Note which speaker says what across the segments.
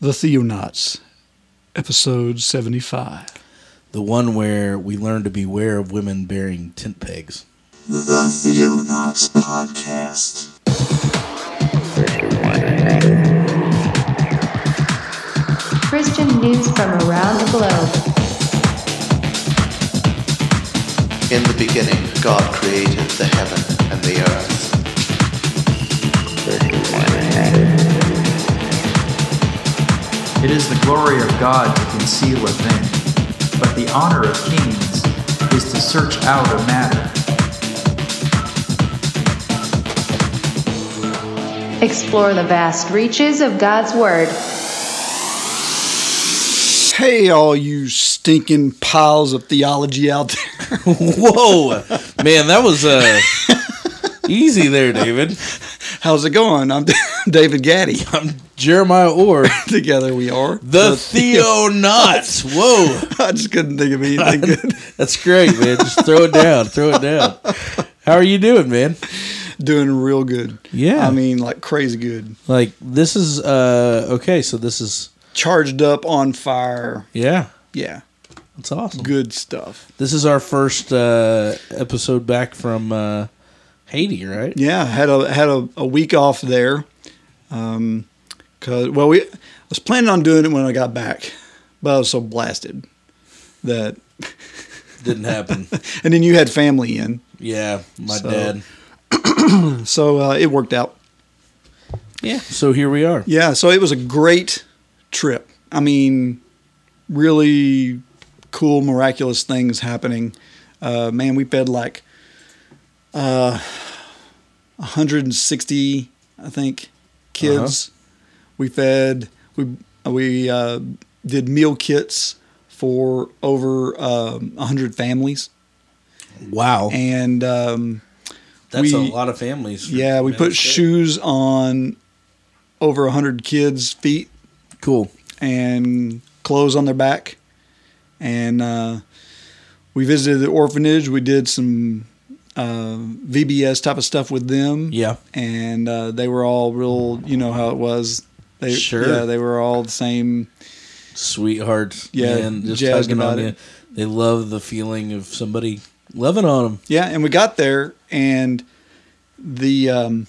Speaker 1: The Theonauts, episode 75.
Speaker 2: The one where we learn to beware of women bearing tent pegs.
Speaker 3: The Theonauts Podcast.
Speaker 4: Christian news from around the globe.
Speaker 5: In the beginning, God created the heaven and the earth.
Speaker 6: It is the glory of God to conceal a thing, but the honor of kings is to search out a matter.
Speaker 4: Explore the vast reaches of God's Word.
Speaker 1: Hey, all you stinking piles of theology out there.
Speaker 2: Whoa, man, that was uh, easy there, David.
Speaker 1: How's it going? I'm David Gaddy.
Speaker 2: I'm Jeremiah Orr,
Speaker 1: Together we are.
Speaker 2: the Theonauts. Whoa,
Speaker 1: I just couldn't think of anything good.
Speaker 2: that's great, man. Just throw it down, throw it down. How are you doing, man?
Speaker 1: Doing real good.
Speaker 2: Yeah.
Speaker 1: I mean, like crazy good.
Speaker 2: Like this is uh okay. So this is
Speaker 1: Charged up, on fire.
Speaker 2: yeah,
Speaker 1: Yeah.
Speaker 2: that's awesome.
Speaker 1: Good stuff.
Speaker 2: This is our first uh episode back from uh Haiti, right?
Speaker 1: Yeah. Had a had a, a week off there. Um, cause well, we I was planning on doing it when I got back, but I was so blasted that.
Speaker 2: Didn't happen.
Speaker 1: And then you had family in,
Speaker 2: Yeah, my
Speaker 1: So-
Speaker 2: dad.
Speaker 1: so uh, it worked out.
Speaker 2: Yeah. So here we are.
Speaker 1: Yeah, so it was a great trip. I mean, really cool, miraculous things happening. Uh, man, we fed like uh, 160, I think, kids. We fed we we uh, did meal kits for over um, 100 families,
Speaker 2: Wow.
Speaker 1: and um,
Speaker 2: That's a
Speaker 1: we-
Speaker 2: lot of families. for
Speaker 1: yeah, we
Speaker 2: Middle
Speaker 1: put
Speaker 2: State.
Speaker 1: shoes on over 100 kids' feet.
Speaker 2: Cool.
Speaker 1: and clothes on their back. And uh, we visited the orphanage. We did some uh, VBS type of stuff with them.
Speaker 2: Yeah.
Speaker 1: And uh, they were all real, you know how it was. They,
Speaker 2: Sure.
Speaker 1: Yeah, they were all the same.
Speaker 2: Sweethearts.
Speaker 1: Yeah,
Speaker 2: And just
Speaker 1: jazzed
Speaker 2: hugging on
Speaker 1: about
Speaker 2: you.
Speaker 1: it.
Speaker 2: They love the feeling of somebody loving on them.
Speaker 1: Yeah, and we got there, and the um,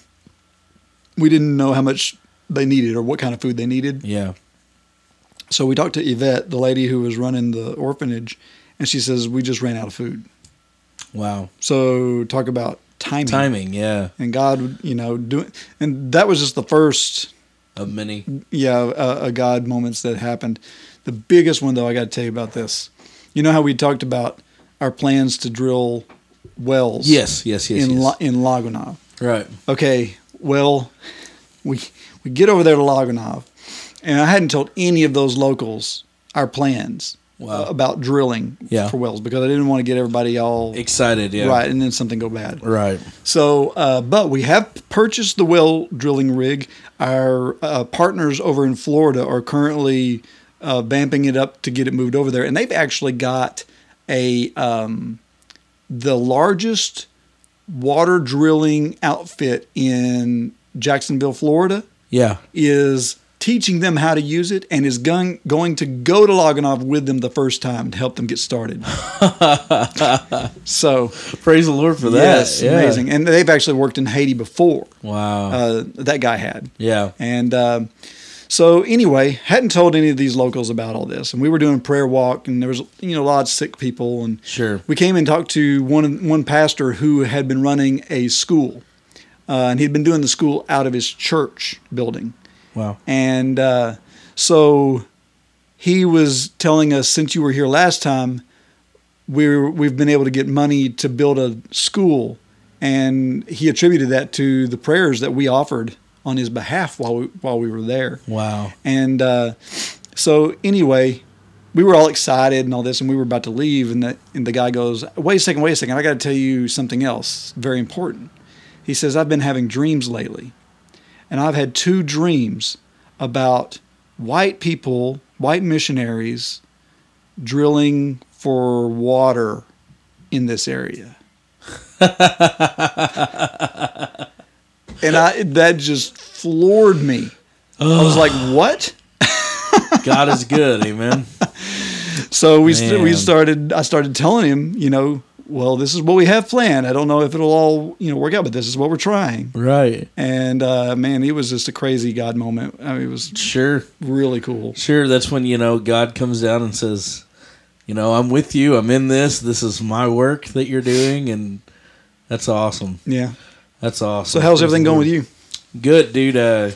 Speaker 1: we didn't know how much they needed or what kind of food they needed.
Speaker 2: Yeah.
Speaker 1: So we talked to Yvette, the lady who was running the orphanage, and she says we just ran out of food.
Speaker 2: Wow.
Speaker 1: So talk about timing.
Speaker 2: Timing. Yeah.
Speaker 1: and God, you know, doing, and that was just the first,
Speaker 2: Of many.
Speaker 1: yeah, uh, uh, God moments that happened. The biggest one, though, I got to tell you about this. You know how we talked about our plans to drill wells,
Speaker 2: Yes. Yes. Yes.
Speaker 1: in
Speaker 2: yes.
Speaker 1: La- in Lagunov.
Speaker 2: right.
Speaker 1: Okay, well, we we get over there to Lagunov, and I hadn't told any of those locals our plans uh,
Speaker 2: Wow.
Speaker 1: about drilling
Speaker 2: Yeah.
Speaker 1: for wells because I didn't want to get everybody all right,
Speaker 2: Excited. Yeah.
Speaker 1: and then something go bad.
Speaker 2: Right.
Speaker 1: So, uh, but we have purchased the well drilling rig. Our uh, partners over in Florida are currently uh, vamping it up to get it moved over there, and they've actually got a um, the largest water drilling outfit in Jacksonville, Florida,
Speaker 2: Yeah.
Speaker 1: is teaching them how to use it, and is going going to go to Loganov with them the first time to help them get started. so
Speaker 2: Praise the Lord for that.
Speaker 1: Yes,
Speaker 2: Yeah.
Speaker 1: amazing. And they've actually worked in Haiti before.
Speaker 2: Wow.
Speaker 1: Uh, that guy had.
Speaker 2: yeah.
Speaker 1: And um, so anyway, hadn't told any of these locals about all this, and we were doing a prayer walk, and there was you know a lot of sick people, and
Speaker 2: Sure.
Speaker 1: we came and talked to one one pastor who had been running a school, uh, and he'd been doing the school out of his church building,
Speaker 2: Wow.
Speaker 1: and uh, so he was telling us since you were here last time, we're we've been able to get money to build a school, and he attributed that to the prayers that we offered on his behalf while we while we were there.
Speaker 2: Wow.
Speaker 1: And uh, so anyway, we were all excited and all this, and we were about to leave, and the and the guy goes, "Wait a second, wait a second, I got to tell you something else, very important." He says, "I've been having dreams lately, and I've had two dreams about white people, white missionaries, drilling for water in this area." and I that just floored me. I was like, "What?"
Speaker 2: God is good. Amen.
Speaker 1: So we st- we
Speaker 2: Man.
Speaker 1: started. I started telling him, you know, well, this is what we have planned. I don't know if it'll all you know work out, but this is what we're trying.
Speaker 2: Right.
Speaker 1: And uh, man, it was just a crazy God moment. I mean, it was
Speaker 2: Sure.
Speaker 1: really cool.
Speaker 2: Sure. That's when, you know, God comes down and says, you know, I'm with you. I'm in this. This is my work that you're doing. And that's awesome.
Speaker 1: Yeah.
Speaker 2: That's awesome.
Speaker 1: So how's everything going with you?
Speaker 2: Good, dude. Uh,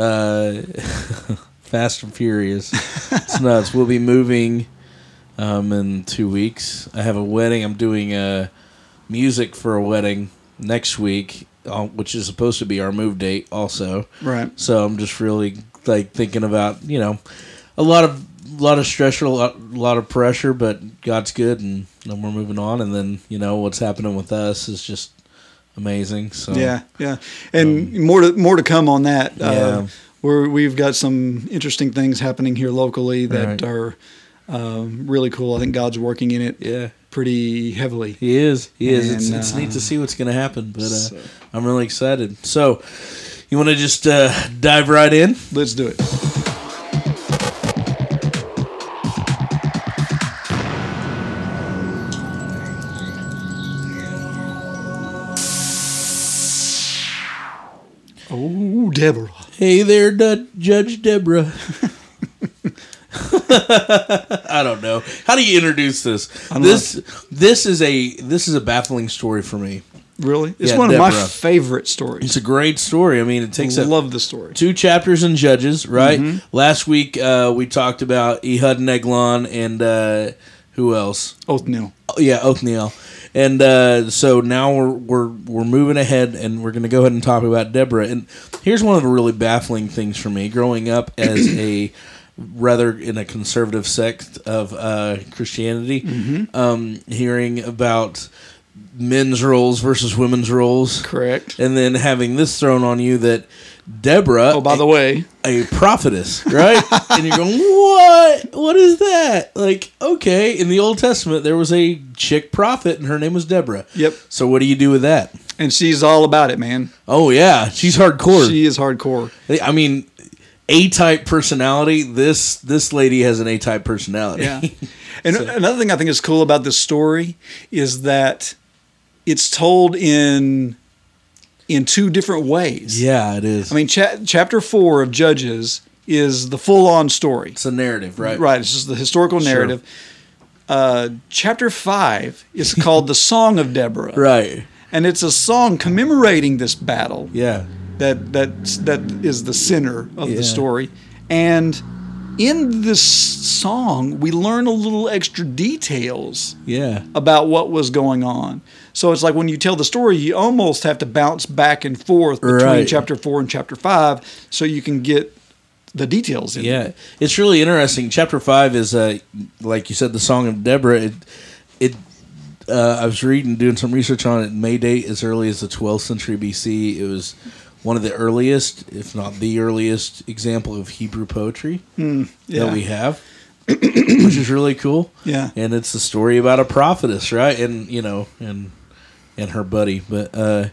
Speaker 2: uh, Fast and Furious. It's nuts. We'll be moving um, in two weeks. I have a wedding. I'm doing uh, music for a wedding next week, uh, which is supposed to be our move date, also.
Speaker 1: Right.
Speaker 2: So I'm just really like thinking about you know a lot of lot of stress, a lot, lot of pressure, but God's good, and then we're moving on. And then you know what's happening with us is just amazing. So
Speaker 1: Yeah, yeah, and more to more to come on that. Uh,
Speaker 2: um, Yeah.
Speaker 1: we're, we've got some interesting things happening here locally that
Speaker 2: Right.
Speaker 1: are um, really cool. I think God's working in it
Speaker 2: yeah.
Speaker 1: pretty heavily.
Speaker 2: He is. He is. It's,
Speaker 1: And,
Speaker 2: it's
Speaker 1: uh,
Speaker 2: neat to see what's going to happen, but uh,
Speaker 1: so-
Speaker 2: I'm really excited. So, you want to just uh, dive right in?
Speaker 1: Let's do it. Oh, Deborah.
Speaker 2: Hey there, Du- Judge Deborah. I don't know. How do you introduce this?
Speaker 1: don't
Speaker 2: This this is a this is a baffling story for me.
Speaker 1: Really? It's
Speaker 2: Yeah,
Speaker 1: one of my
Speaker 2: Deborah.
Speaker 1: favorite stories.
Speaker 2: It's a great story. I mean, it takes
Speaker 1: I
Speaker 2: up
Speaker 1: love the story.
Speaker 2: two chapters in Judges, right? Last week uh, we talked about Ehud and Eglon and uh, who else?
Speaker 1: Othniel.
Speaker 2: Oh, yeah, Othniel. And uh, so now we're, we're we're moving ahead, and we're going to go ahead and talk about Deborah. And here's one of the really baffling things for me: growing up as a rather in a conservative sect of uh, Christianity,
Speaker 1: Mm-hmm.
Speaker 2: um, hearing about men's roles versus women's roles,
Speaker 1: Correct.
Speaker 2: and then having this thrown on you that Deborah,
Speaker 1: Oh, by the way,
Speaker 2: a prophetess, right? and you're going, what? What is that? Like, okay, in the Old Testament, there was a chick prophet, and her name was Deborah.
Speaker 1: Yep.
Speaker 2: So what do you do with that?
Speaker 1: and she's all about it, man.
Speaker 2: Oh yeah, she's hardcore.
Speaker 1: She is hardcore.
Speaker 2: I mean, A type personality. This this lady has an A type personality.
Speaker 1: Yeah. And another thing I think is cool about this story is that it's told in in two different ways.
Speaker 2: yeah, it is.
Speaker 1: I mean, cha- chapter four of Judges is the full on story.
Speaker 2: it's a narrative, right?
Speaker 1: Right. It's just the historical
Speaker 2: Sure.
Speaker 1: narrative. Uh, chapter five is called the Song of Deborah,
Speaker 2: Right.
Speaker 1: and it's a song commemorating this battle
Speaker 2: Yeah.
Speaker 1: that that that is the center of
Speaker 2: Yeah.
Speaker 1: the story. And in this song, we learn a little extra details
Speaker 2: Yeah.
Speaker 1: about what was going on. So it's like when you tell the story, you almost have to bounce back and forth between
Speaker 2: Right.
Speaker 1: chapter four and chapter five, so you can get the details in.
Speaker 2: Yeah, it's really interesting. Chapter five is uh, like you said, the Song of Deborah. It, it uh, I was reading, doing some research on it. It May date as early as the 12th century BC. It was one of the earliest, if not the earliest, example of Hebrew poetry
Speaker 1: yeah.
Speaker 2: that we have, which is really cool.
Speaker 1: Yeah.
Speaker 2: and it's a story about a prophetess, right? And you know, and and her buddy. But uh,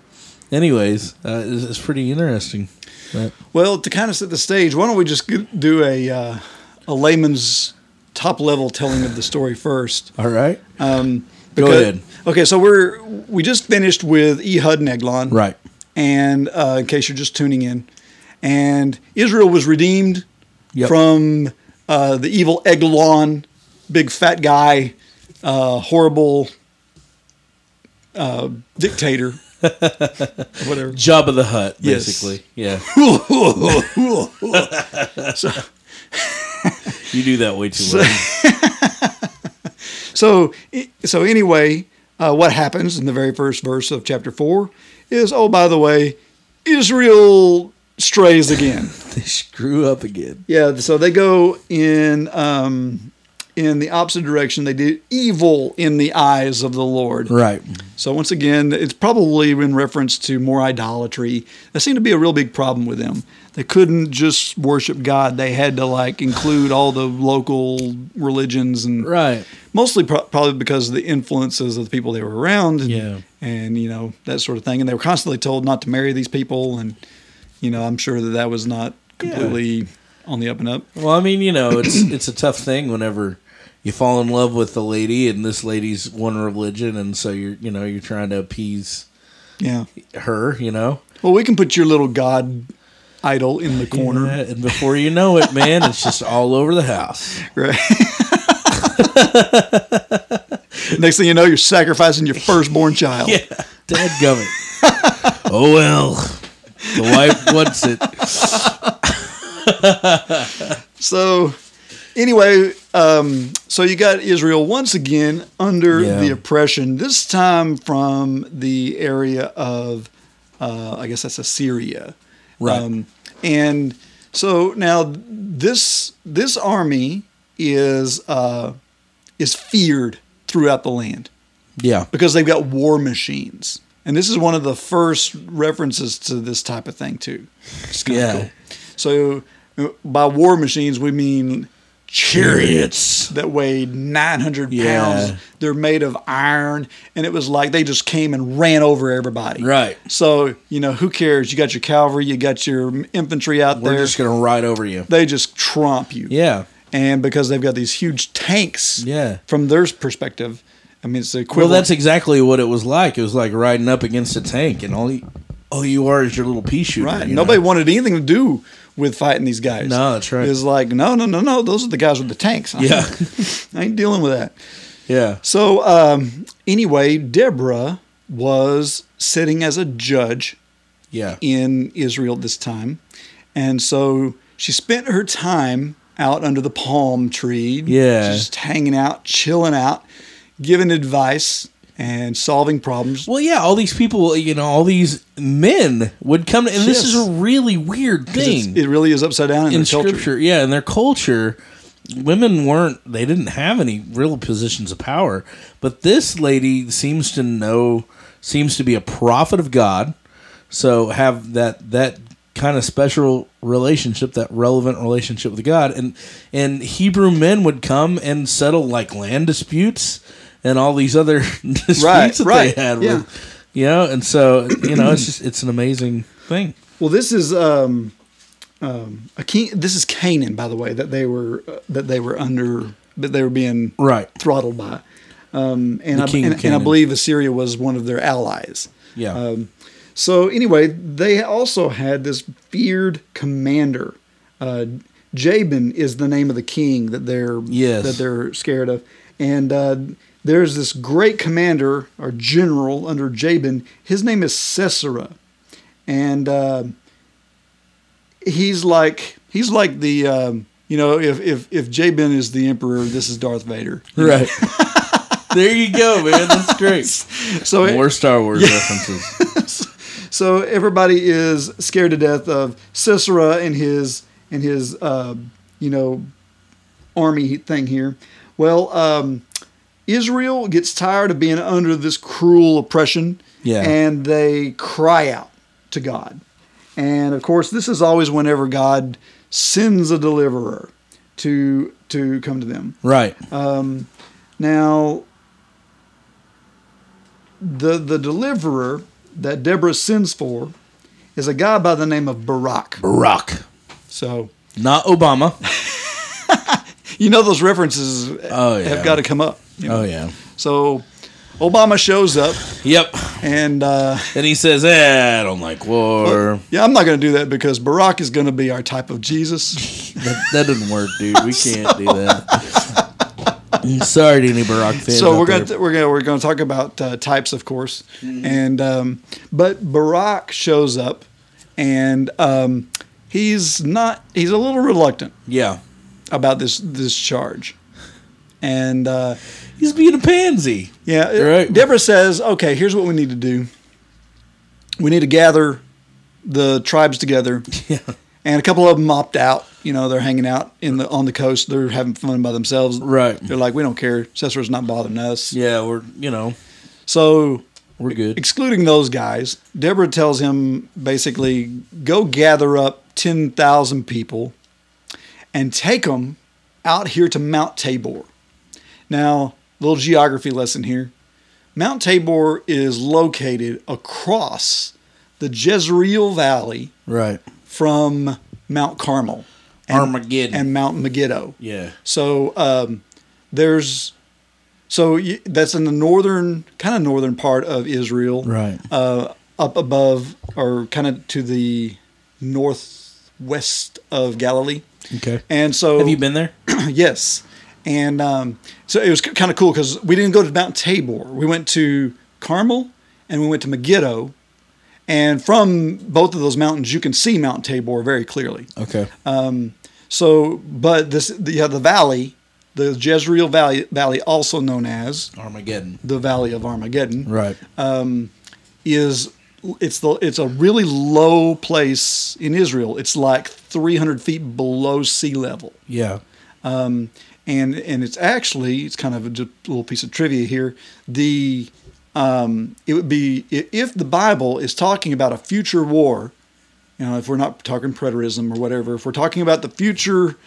Speaker 2: anyways, uh, it's, it's pretty interesting. But-
Speaker 1: Well, to kind of set the stage, why don't we just get, do a uh, a layman's top level telling of the story first?
Speaker 2: all right,
Speaker 1: Um, Go
Speaker 2: ahead.
Speaker 1: Okay, so we're we just finished with E Ehud and Eglon,
Speaker 2: right,
Speaker 1: And uh, in case you're just tuning in, and Israel was redeemed
Speaker 2: Yep.
Speaker 1: from uh, the evil Eglon, big fat guy, uh, horrible uh, dictator, whatever.
Speaker 2: Job of the Hut,
Speaker 1: Yes.
Speaker 2: basically. Yeah.
Speaker 1: So-
Speaker 2: You do that way too well.
Speaker 1: So, so anyway, uh, what happens in the very first verse of chapter four is, oh, by the way, Israel strays again.
Speaker 2: they screw up again.
Speaker 1: yeah, so they go in um, in the opposite direction. They do evil in the eyes of the Lord.
Speaker 2: Right.
Speaker 1: So once again, it's probably in reference to more idolatry. That seemed to be a real big problem with them. They couldn't just worship God. They had to like include all the local religions and
Speaker 2: Right.
Speaker 1: mostly pro- probably because of the influences of the people they were around and,
Speaker 2: Yeah.
Speaker 1: and you know that sort of thing and they were constantly told not to marry these people and you know i'm sure that that was not completely on the up and up.
Speaker 2: Well, I mean, you know, it's it's a tough thing whenever you fall in love with a lady and this lady's one religion, and so you're you know you're trying to appease
Speaker 1: Yeah.
Speaker 2: her, you know.
Speaker 1: Well, we can put your little god idol in the corner.
Speaker 2: Yeah, and before you know it, man, it's just all over the house.
Speaker 1: Right. Next thing you know, you're sacrificing your firstborn child.
Speaker 2: Yeah, dead gummit. oh well, the wife wants it.
Speaker 1: So, anyway, um, so you got Israel once again under
Speaker 2: Yeah.
Speaker 1: the oppression, this time from the area of, uh, I guess that's Assyria. Um,
Speaker 2: Right.
Speaker 1: and so now this this army is uh, is feared throughout the land.
Speaker 2: yeah.
Speaker 1: because they've got war machines. And this is one of the first references to this type of thing too. It's kinda
Speaker 2: Yeah.
Speaker 1: cool. So uh, by war machines we mean chariots that weighed 900
Speaker 2: Yeah.
Speaker 1: pounds. They're made of iron and it was like they just came and ran over everybody.
Speaker 2: Right.
Speaker 1: So, you know, who cares? You got your cavalry, you got your infantry out
Speaker 2: We're
Speaker 1: there.
Speaker 2: just gonna ride over you.
Speaker 1: they just tromp you
Speaker 2: Yeah.
Speaker 1: and because they've got these huge tanks.
Speaker 2: Yeah.
Speaker 1: From their perspective, I mean, it's the
Speaker 2: Well,
Speaker 1: equivalent.
Speaker 2: that's exactly what it was like. It was like riding up against a tank, and all you, all you are is your little pea shooter.
Speaker 1: right.
Speaker 2: you
Speaker 1: Nobody
Speaker 2: know?
Speaker 1: wanted anything to do with fighting these guys.
Speaker 2: No, that's right.
Speaker 1: It's like no, no, no, no. Those are the guys with the tanks. I
Speaker 2: Yeah.
Speaker 1: ain't- I ain't dealing with that.
Speaker 2: Yeah.
Speaker 1: So um, anyway, Deborah was sitting as a judge
Speaker 2: Yeah.
Speaker 1: in Israel this time, and so she spent her time out under the palm tree.
Speaker 2: Yeah.
Speaker 1: just hanging out, chilling out, giving advice and solving problems.
Speaker 2: Well, yeah, all these people, you know, all these men would come, and this is
Speaker 1: Yes.
Speaker 2: a really weird
Speaker 1: 'Cause it's-
Speaker 2: thing
Speaker 1: It really is upside down in,
Speaker 2: in
Speaker 1: their culture.
Speaker 2: scripture. Yeah, in their culture, women weren't; they didn't have any real positions of power. But this lady seems to know, seems to be a prophet of God, so have that that kind of special relationship, that relevant relationship with God, and and Hebrew men would come and settle like land disputes and all these other disputes
Speaker 1: Right,
Speaker 2: that
Speaker 1: right,
Speaker 2: they had.
Speaker 1: yeah.
Speaker 2: With, you know, and so you know, it's just it's an amazing thing.
Speaker 1: Well, this is um, um, a Can- this is Canaan, by the way, that they were uh, that they were under that they were being
Speaker 2: Right.
Speaker 1: throttled by, um, and
Speaker 2: The
Speaker 1: I, and,
Speaker 2: king of
Speaker 1: and I
Speaker 2: Canaan.
Speaker 1: believe Assyria was one of their allies. Um,
Speaker 2: Yeah.
Speaker 1: So anyway, they also had this feared commander. Uh, Jabin is the name of the king that they're
Speaker 2: Yes.
Speaker 1: that they're scared of, and uh, there's this great commander or general under Jabin. His name is Sisera, and uh, he's like he's like the um, you know if if if Jabin is the emperor, this is Darth Vader.
Speaker 2: Right. there you go, man. That's great.
Speaker 1: So it-
Speaker 2: More Star Wars references.
Speaker 1: So everybody is scared to death of Sisera and his and his uh, you know army thing here. Well, um, Israel gets tired of being under this cruel oppression,
Speaker 2: Yeah.
Speaker 1: and they cry out to God. And of course, this is always whenever God sends a deliverer to to come to them.
Speaker 2: Right.
Speaker 1: Now, the the deliverer that Deborah sends for is a guy by the name of Barak.
Speaker 2: Barack.
Speaker 1: So
Speaker 2: Not Obama.
Speaker 1: you know those references
Speaker 2: Oh, yeah.
Speaker 1: have got to come up. you know.
Speaker 2: Oh, yeah.
Speaker 1: So Obama shows up,
Speaker 2: Yep.
Speaker 1: and uh,
Speaker 2: And he says, eh, I don't like war.
Speaker 1: yeah, I'm not going to do that because Barak is going to be our type of Jesus.
Speaker 2: That, that doesn't work, dude. We can't do that. I'm sorry to any Barack fans.
Speaker 1: so
Speaker 2: out
Speaker 1: we're going
Speaker 2: there. Mm-hmm.
Speaker 1: to we're going to we're going to talk about uh, types, of course, and um, but Barak shows up, and um, he's not he's a little reluctant.
Speaker 2: yeah.
Speaker 1: about this this charge. And uh,
Speaker 2: He's being a pansy.
Speaker 1: yeah,
Speaker 2: You're right.
Speaker 1: Deborah says, "Okay, here's what we need to do. We need to gather the tribes together."
Speaker 2: Yeah.
Speaker 1: And a couple of them opt out. You know, they're hanging out in the on the coast. They're having fun by themselves.
Speaker 2: Right.
Speaker 1: They're like, "We don't care. Cesar's not bothering us."
Speaker 2: Yeah, we're, you know,
Speaker 1: So,
Speaker 2: we're good.
Speaker 1: excluding those guys, Deborah tells him basically, "Go gather up ten thousand people, and take them out here to Mount Tabor." Now, little geography lesson here. Mount Tabor is located across the Jezreel Valley
Speaker 2: Right.
Speaker 1: from Mount Carmel
Speaker 2: Armageddon.
Speaker 1: and Mount Megiddo.
Speaker 2: yeah.
Speaker 1: So um, there's so y- that's in the northern kind of northern part of Israel,
Speaker 2: Right.
Speaker 1: Uh, up above or kind of to the northwest of Galilee.
Speaker 2: Okay.
Speaker 1: And so
Speaker 2: Have you been there?
Speaker 1: yes. And um, so it was kind of cool because we didn't go to Mount Tabor. We went to Carmel and we went to Megiddo. And from both of those mountains, you can see Mount Tabor very clearly.
Speaker 2: Okay.
Speaker 1: So, but this, the, yeah, the valley, the Jezreel Valley, valley also known as
Speaker 2: Armageddon. Uh,
Speaker 1: the Valley of Armageddon,
Speaker 2: Right.
Speaker 1: is it's the it's a really low place in Israel. It's like 300 feet below sea level.
Speaker 2: yeah.
Speaker 1: and and it's actually it's kind of a just little piece of trivia here. The um, it would be i- if the Bible is talking about a future war, you know, if we're not talking preterism or whatever, if we're talking about the future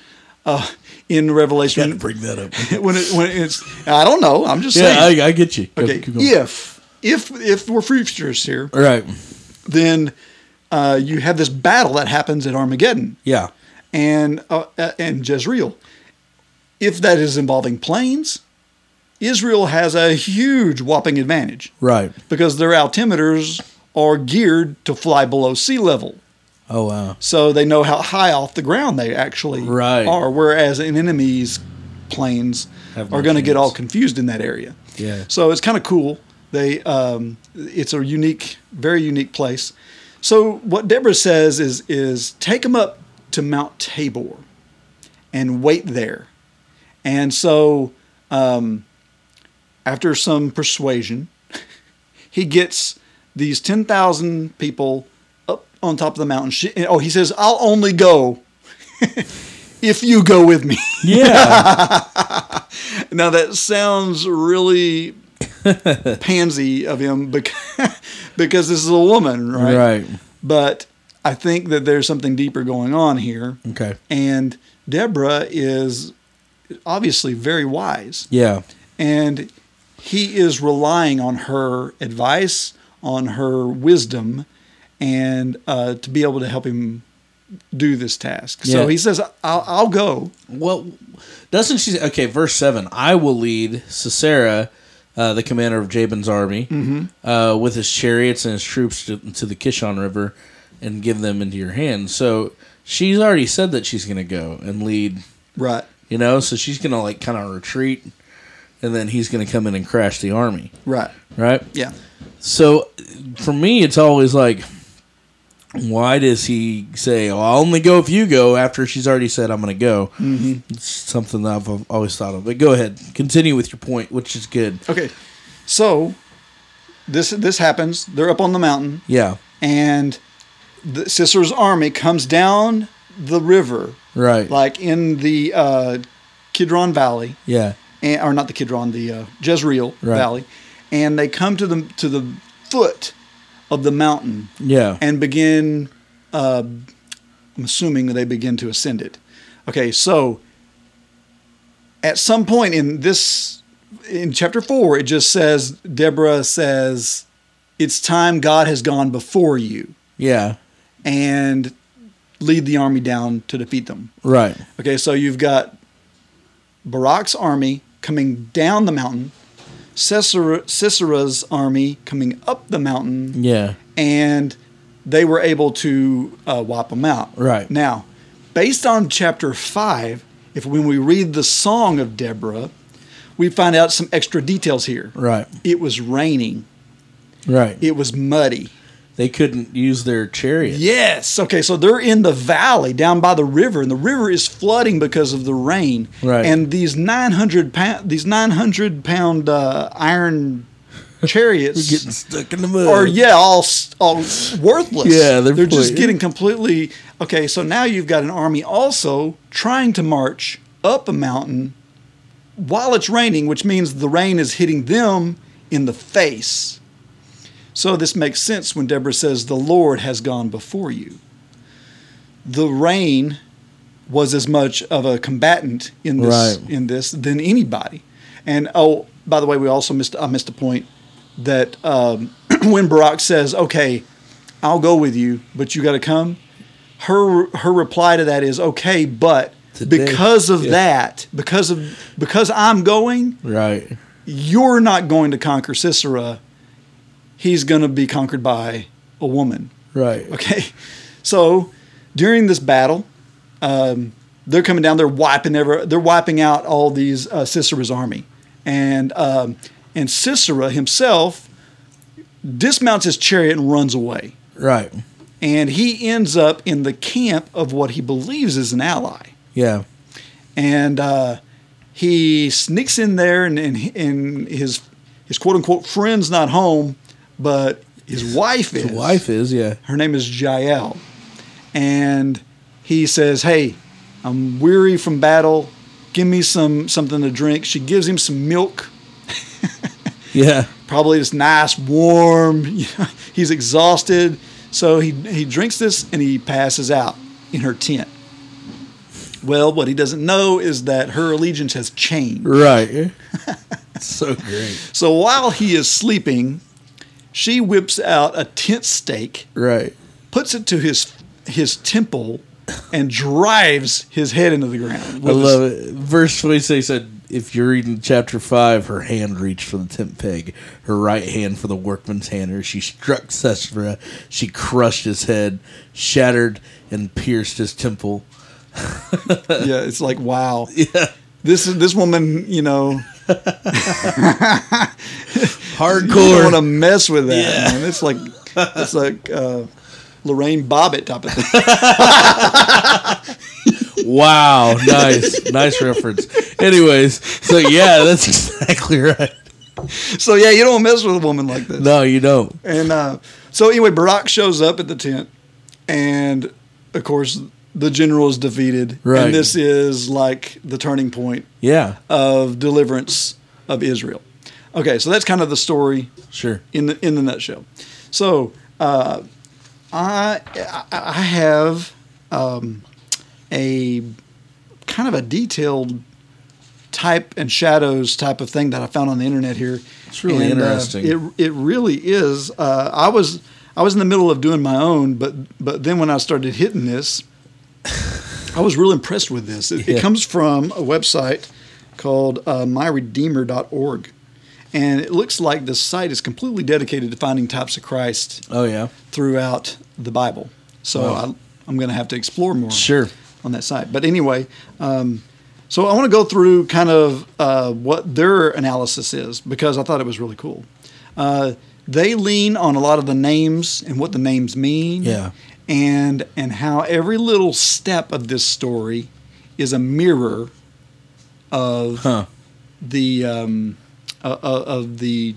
Speaker 1: uh, in Revelation,
Speaker 2: that up.
Speaker 1: when it, when it's I don't know, I'm just
Speaker 2: yeah,
Speaker 1: saying.
Speaker 2: I, I get you. Go-
Speaker 1: okay,
Speaker 2: keep going.
Speaker 1: if if if we're futurists here,
Speaker 2: All right.
Speaker 1: then uh, you have this battle that happens at Armageddon
Speaker 2: Yeah.
Speaker 1: and uh, and Jezreel. If that is involving planes, Israel has a huge whopping advantage
Speaker 2: Right.
Speaker 1: because their altimeters are geared to fly below sea level.
Speaker 2: Oh wow.
Speaker 1: So they know how high off the ground they actually
Speaker 2: Right.
Speaker 1: are, whereas an enemy's planes
Speaker 2: Have no
Speaker 1: are going to get
Speaker 2: chance.
Speaker 1: all confused in that area.
Speaker 2: Yeah.
Speaker 1: So it's kind of cool. They, um, it's a unique, very unique place. So what Deborah says is, is take them up to Mount Tabor and wait there. And so, um, after some persuasion, he gets these 10,000 people up on top of the mountain. She, oh, he says, I'll only go if you go with me.
Speaker 2: Yeah.
Speaker 1: Now that sounds really pansy of him because, because this is a woman, right?
Speaker 2: right.
Speaker 1: But I think that there's something deeper going on here.
Speaker 2: Okay.
Speaker 1: And Deborah is obviously very wise.
Speaker 2: Yeah.
Speaker 1: And he is relying on her advice, on her wisdom, and uh, to be able to help him do this task.
Speaker 2: Yeah.
Speaker 1: So he says, I'll, I'll go.
Speaker 2: Well, doesn't she? Okay, verse seven. I will lead Sisera, uh, the commander of Jabin's army, uh, with his chariots and his troops to, to the Kishon River, and give them into your hands. So she's already said that she's going to go and lead.
Speaker 1: Right,
Speaker 2: You know, so she's going to like kind of retreat, and then he's going to come in and crash the army.
Speaker 1: right.
Speaker 2: Right.
Speaker 1: Yeah.
Speaker 2: So for me, it's always like. Why does he say, well, "I'll only go if you go"? After she's already said, "I'm going to go."
Speaker 1: Mm-hmm.
Speaker 2: It's something that I've always thought of. But go ahead, continue with your point, which is good.
Speaker 1: Okay, so this this happens. They're up on the mountain,
Speaker 2: Yeah,
Speaker 1: and the Sisera's army comes down the river,
Speaker 2: right.
Speaker 1: like in the uh, Kidron Valley,
Speaker 2: yeah,
Speaker 1: and, or not the Kidron, the uh, Jezreel
Speaker 2: Right.
Speaker 1: Valley, and they come to the to the foot of the mountain
Speaker 2: yeah,
Speaker 1: and begin. Uh, I'm assuming they begin to ascend it. Okay, so at some point in this, in chapter four, it just says Deborah says, "It's time God has gone before you
Speaker 2: yeah.
Speaker 1: and lead the army down to defeat them."
Speaker 2: Right.
Speaker 1: Okay, so you've got Barak's army coming down the mountain, Sisera, Sisera's army coming up the mountain
Speaker 2: Yeah.
Speaker 1: and they were able to uh, wipe them out.
Speaker 2: Right.
Speaker 1: Now, based on chapter five, if when we read the song of Deborah, we find out some extra details here.
Speaker 2: Right.
Speaker 1: It was raining.
Speaker 2: Right.
Speaker 1: It was muddy.
Speaker 2: they couldn't use their chariot.
Speaker 1: Yes. Okay. So they're in the valley down by the river, and the river is flooding because of the rain.
Speaker 2: Right.
Speaker 1: And these nine hundred pound, these nine hundred pound uh, iron chariots
Speaker 2: Getting stuck in the mud.
Speaker 1: or yeah, all, s- all worthless.
Speaker 2: Yeah, they're
Speaker 1: they're, just
Speaker 2: playing.
Speaker 1: getting completely okay. So now you've got an army also trying to march up a mountain while it's raining, which means the rain is hitting them in the face. So this makes sense when Deborah says, "The Lord has gone before you." The rain was as much of a combatant in this
Speaker 2: Right.
Speaker 1: in this than anybody. And oh, by the way, we also missed I missed a point that um, when Barack says, "Okay, I'll go with you, but you got to come," her her reply to that is okay, but
Speaker 2: Today,
Speaker 1: because of
Speaker 2: yeah.
Speaker 1: that, because of because I'm going,
Speaker 2: Right.
Speaker 1: you're not going to conquer Sisera. He's going to be conquered by a woman.
Speaker 2: Right.
Speaker 1: Okay. So during this battle, um, they're coming down. They're wiping ever. They're wiping out all these uh, Sisera's army, and um, and Sisera himself dismounts his chariot and runs away.
Speaker 2: Right.
Speaker 1: And he ends up in the camp of what he believes is an ally
Speaker 2: Yeah.
Speaker 1: and uh, he sneaks in there, and, and, and his his quote unquote friend's not home, but his wife is.
Speaker 2: His wife is, yeah.
Speaker 1: Her name is Jael, and he says, "Hey, I'm weary from battle. Give me some something to drink." She gives him some milk.
Speaker 2: Yeah.
Speaker 1: Probably it's nice, warm. He's exhausted, so he he drinks this and he passes out in her tent. Well, what he doesn't know is that her allegiance has changed.
Speaker 2: Right. so great.
Speaker 1: So while he is sleeping, she whips out a tent stake,
Speaker 2: Right.
Speaker 1: puts it to his his temple, and drives his head into the ground.
Speaker 2: I love it. Verse 26 said, if you're reading chapter 5, her hand reached for the tent peg, her right hand for the workman's hander. She struck Sestra. She crushed his head, shattered, and pierced his temple.
Speaker 1: Yeah, it's like wow. Yeah. This this woman, you know, you don't want to
Speaker 2: Hardcore.
Speaker 1: mess with that.
Speaker 2: Yeah.
Speaker 1: Man. It's like it's like uh, Lorraine Bobbitt type of thing.
Speaker 2: Wow. Nice. nice reference. Anyways, so yeah, that's exactly right.
Speaker 1: so yeah, you don't mess with a woman like this.
Speaker 2: No, you don't.
Speaker 1: And uh, so anyway, Barack shows up at the tent, and of course the general is defeated.
Speaker 2: Right.
Speaker 1: And this is like the turning point
Speaker 2: Yeah.
Speaker 1: of deliverance of Israel. Okay, so that's kind of the story
Speaker 2: Sure.
Speaker 1: in the in the nutshell. So uh, I I- I have um, a kind of a detailed type and shadows type of thing that I found on the internet here. It's
Speaker 2: really interesting.
Speaker 1: it it really is. Uh, I was I was in the middle of doing my own, but but then when I started hitting this, I was real impressed with this. It,
Speaker 2: Yeah.
Speaker 1: it comes from a website called uh, myredeemer.org. And it looks like this site is completely dedicated to finding types of Christ
Speaker 2: Oh, yeah.
Speaker 1: throughout the Bible. So
Speaker 2: Wow.
Speaker 1: I, I'm going to have to explore more
Speaker 2: Sure.
Speaker 1: on that site. But anyway, um, so I want to go through kind of uh, what their analysis is because I thought it was really cool. Uh, they lean on a lot of the names and what the names mean,
Speaker 2: Yeah.
Speaker 1: and and how every little step of this story is a mirror of
Speaker 2: Huh.
Speaker 1: the um, uh, uh, of the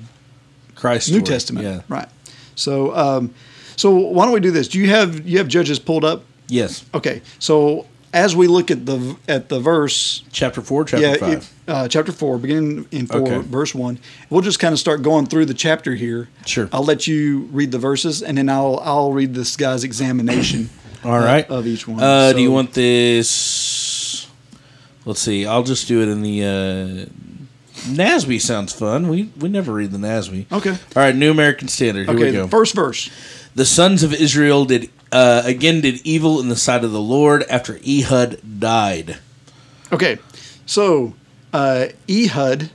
Speaker 2: Christ.
Speaker 1: New
Speaker 2: story.
Speaker 1: Testament,
Speaker 2: Yeah.
Speaker 1: right? So, um, so why don't we do this? Do you have you have Judges pulled up?
Speaker 2: Yes.
Speaker 1: Okay, so as we look at the at the verse,
Speaker 2: Chapter 4, chapter
Speaker 1: yeah,
Speaker 2: 5.
Speaker 1: it- uh, chapter four, beginning in four,
Speaker 2: Okay.
Speaker 1: verse one. We'll just kind of start going through the chapter here.
Speaker 2: Sure.
Speaker 1: I'll let you read the verses, and then I'll I'll read this guy's examination.
Speaker 2: All right.
Speaker 1: of each one.
Speaker 2: Uh,
Speaker 1: So-
Speaker 2: Do you want this? Let's see. I'll just do it in the uh, NASB. Sounds fun. We we never read the NASB.
Speaker 1: Okay.
Speaker 2: All right. New American Standard. Here
Speaker 1: okay,
Speaker 2: we go.
Speaker 1: the first verse.
Speaker 2: the sons of Israel did uh, again did evil in the sight of the Lord after Ehud died.
Speaker 1: Okay, so uh, Ehud,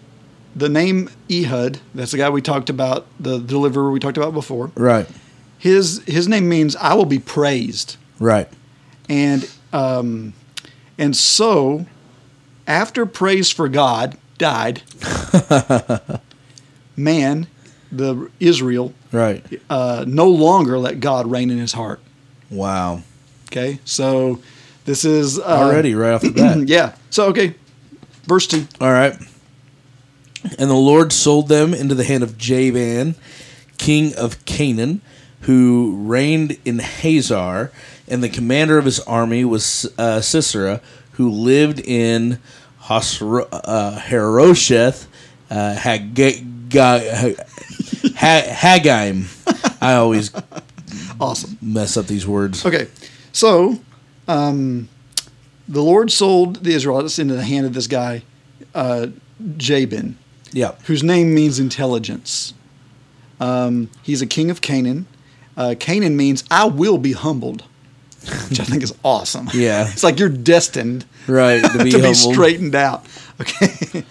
Speaker 1: the name Ehud, that's the guy we talked about, the deliverer we talked about before.
Speaker 2: Right.
Speaker 1: His his name means I will be praised.
Speaker 2: Right.
Speaker 1: and um, and so after praise for God died, man, the Israel
Speaker 2: Right.
Speaker 1: uh, no longer let God reign in his heart.
Speaker 2: Wow.
Speaker 1: Okay, so this is uh,
Speaker 2: Already right off the bat.
Speaker 1: yeah. So okay, verse two.
Speaker 2: All right. And the Lord sold them into the hand of Jaban, king of Canaan, who reigned in Hazar, and the commander of his army was uh, Sisera, who lived in Hasro- uh, Harosheth uh, Hag- Ga- Ha- Haggaim. I always
Speaker 1: Awesome.
Speaker 2: mess up these words.
Speaker 1: Okay, so um, the Lord sold the Israelites into the hand of this guy, uh, Jabin.
Speaker 2: Yeah.
Speaker 1: whose name means intelligence. Um, he's a king of Canaan. Uh, Canaan means I will be humbled. which I think is awesome.
Speaker 2: Yeah.
Speaker 1: it's like you're destined
Speaker 2: Right. To be,
Speaker 1: to be
Speaker 2: humbled.
Speaker 1: straightened out. Okay.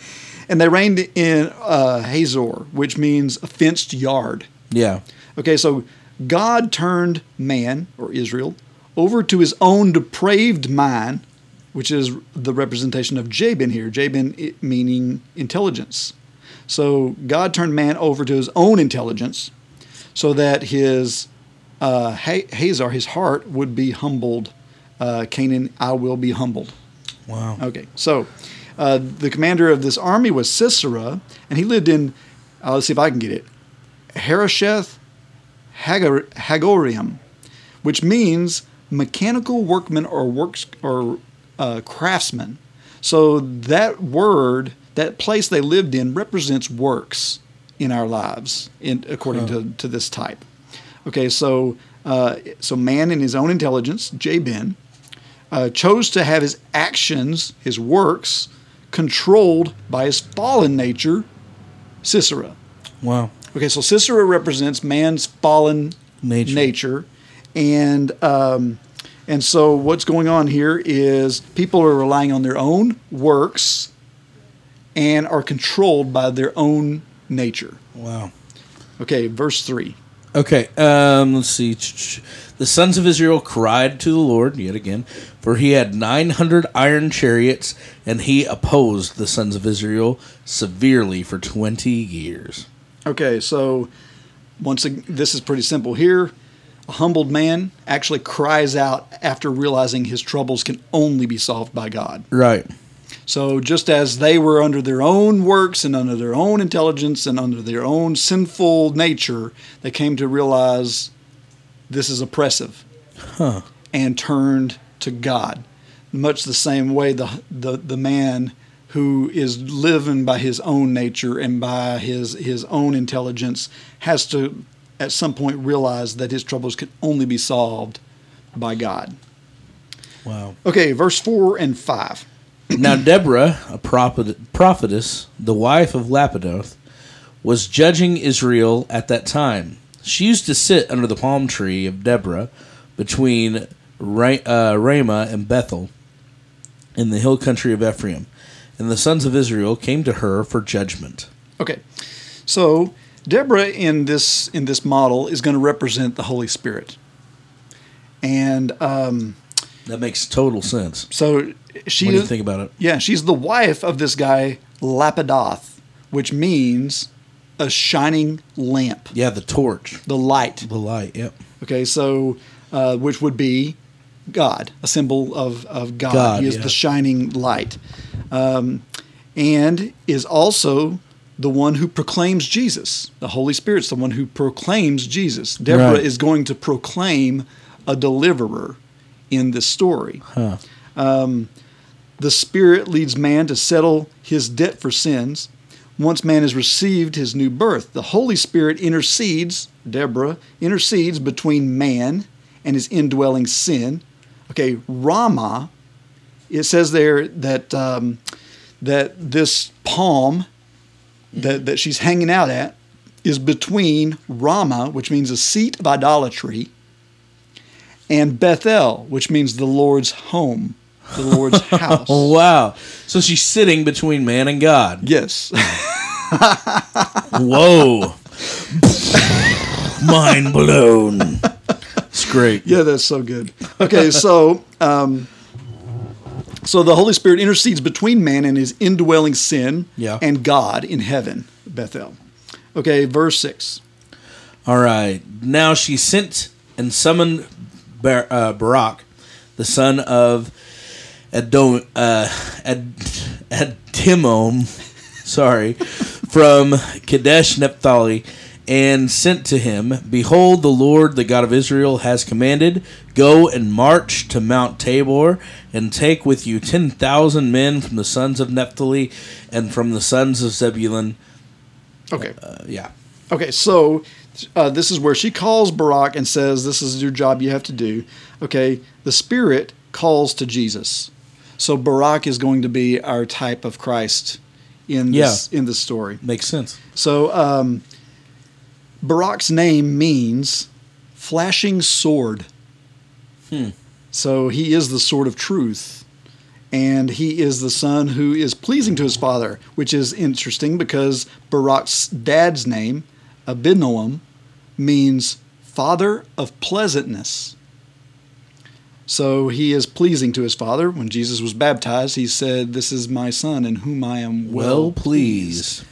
Speaker 1: and they reigned in uh, Hazor, which means a fenced yard.
Speaker 2: Yeah.
Speaker 1: Okay, so God turned man, or Israel, over to his own depraved mind, which is the representation of Jabin here, Jabin i- meaning intelligence. So God turned man over to his own intelligence so that his uh, Ha- Hazar, his heart, would be humbled. Uh, Canaan, I will be humbled.
Speaker 2: Wow.
Speaker 1: Okay, so uh, the commander of this army was Sisera, and he lived in, uh, let's see if I can get it, Harosheth Hagar- Hagorium, which means mechanical workman or works or uh, craftsman. So that word, that place they lived in, represents works in our lives, in, according to, to this type. Okay, so uh, so man in his own intelligence, Jabin, uh, chose to have his actions, his works, controlled by his fallen nature, Sisera.
Speaker 2: Wow.
Speaker 1: Okay, so Sisera represents man's fallen
Speaker 2: Nature.
Speaker 1: nature, and um, and so what's going on here is people are relying on their own works, and are controlled by their own nature.
Speaker 2: Wow.
Speaker 1: Okay, verse three.
Speaker 2: Okay, um, let's see. The sons of Israel cried to the Lord yet again, for he had 900 iron chariots, and he opposed the sons of Israel severely for 20 years.
Speaker 1: Okay, so once ag- this is pretty simple here. A humbled man actually cries out after realizing his troubles can only be solved by God.
Speaker 2: Right.
Speaker 1: So just as they were under their own works and under their own intelligence and under their own sinful nature, they came to realize this is oppressive and turned to God. Much the same way the, the, the man who is living by his own nature and by his, his own intelligence has to at some point realize that his troubles can only be solved by God.
Speaker 2: Wow.
Speaker 1: Okay, verse 4 and 5.
Speaker 2: now Deborah, a prophet, prophetess, the wife of Lapidoth, was judging Israel at that time. She used to sit under the palm tree of Deborah between Ra- uh, Ramah and Bethel in the hill country of Ephraim. And the sons of Israel came to her for judgment.
Speaker 1: Okay, so Deborah in this in this model is going to represent the Holy Spirit, and um,
Speaker 2: That makes total sense
Speaker 1: so she
Speaker 2: when you think about it.
Speaker 1: yeah she's the wife of this guy Lapidoth, which means a shining lamp,
Speaker 2: Yeah, the torch,
Speaker 1: the light.
Speaker 2: the light. Yep.
Speaker 1: Okay, so uh, which would be God, a symbol of, of God.
Speaker 2: God,
Speaker 1: he is
Speaker 2: yeah.
Speaker 1: the shining light. Um, and is also the one who proclaims Jesus. The Holy Spirit's the one who proclaims Jesus. Deborah
Speaker 2: Right.
Speaker 1: is going to proclaim a deliverer in this story.
Speaker 2: Huh. Um,
Speaker 1: The Spirit leads man to settle his debt for sins. Once man has received his new birth, the Holy Spirit intercedes, Deborah, intercedes between man and his indwelling sin. Okay, Rama, it says there that, um, that this palm that, that she's hanging out at is between Rama, which means a seat of idolatry, and Bethel, which means the Lord's home, the Lord's house.
Speaker 2: Oh, wow. So she's sitting between man and God.
Speaker 1: Yes.
Speaker 2: Whoa. Mind blown. It's great.
Speaker 1: yeah, that's so good. Okay, so um, so the Holy Spirit intercedes between man and his indwelling sin
Speaker 2: Yeah.
Speaker 1: and God in heaven, Bethel. Okay, verse six.
Speaker 2: All right. Now she sent and summoned Bar- uh, Barak, the son of Adon- uh, Ad- Adimon, sorry, from Kadesh Naphtali, and sent to him, Behold, the Lord, the God of Israel, has commanded, Go and march to Mount Tabor, and take with you 10,000 men from the sons of Naphtali and from the sons of Zebulun.
Speaker 1: Okay.
Speaker 2: Uh, yeah.
Speaker 1: Okay, so uh, this is where she calls Barak and says, This is your job you have to do. Okay, the Spirit calls to Jesus. So Barak is going to be our type of Christ in this in this story.
Speaker 2: Makes sense.
Speaker 1: So um, Barak's name means flashing sword. So he is the sword of truth, and he is the son who is pleasing to his father, which is interesting because Barak's dad's name, Abinoam, means father of pleasantness. So he is pleasing to his father. When Jesus was baptized, he said, This is my son in whom I am well,
Speaker 2: Well, please.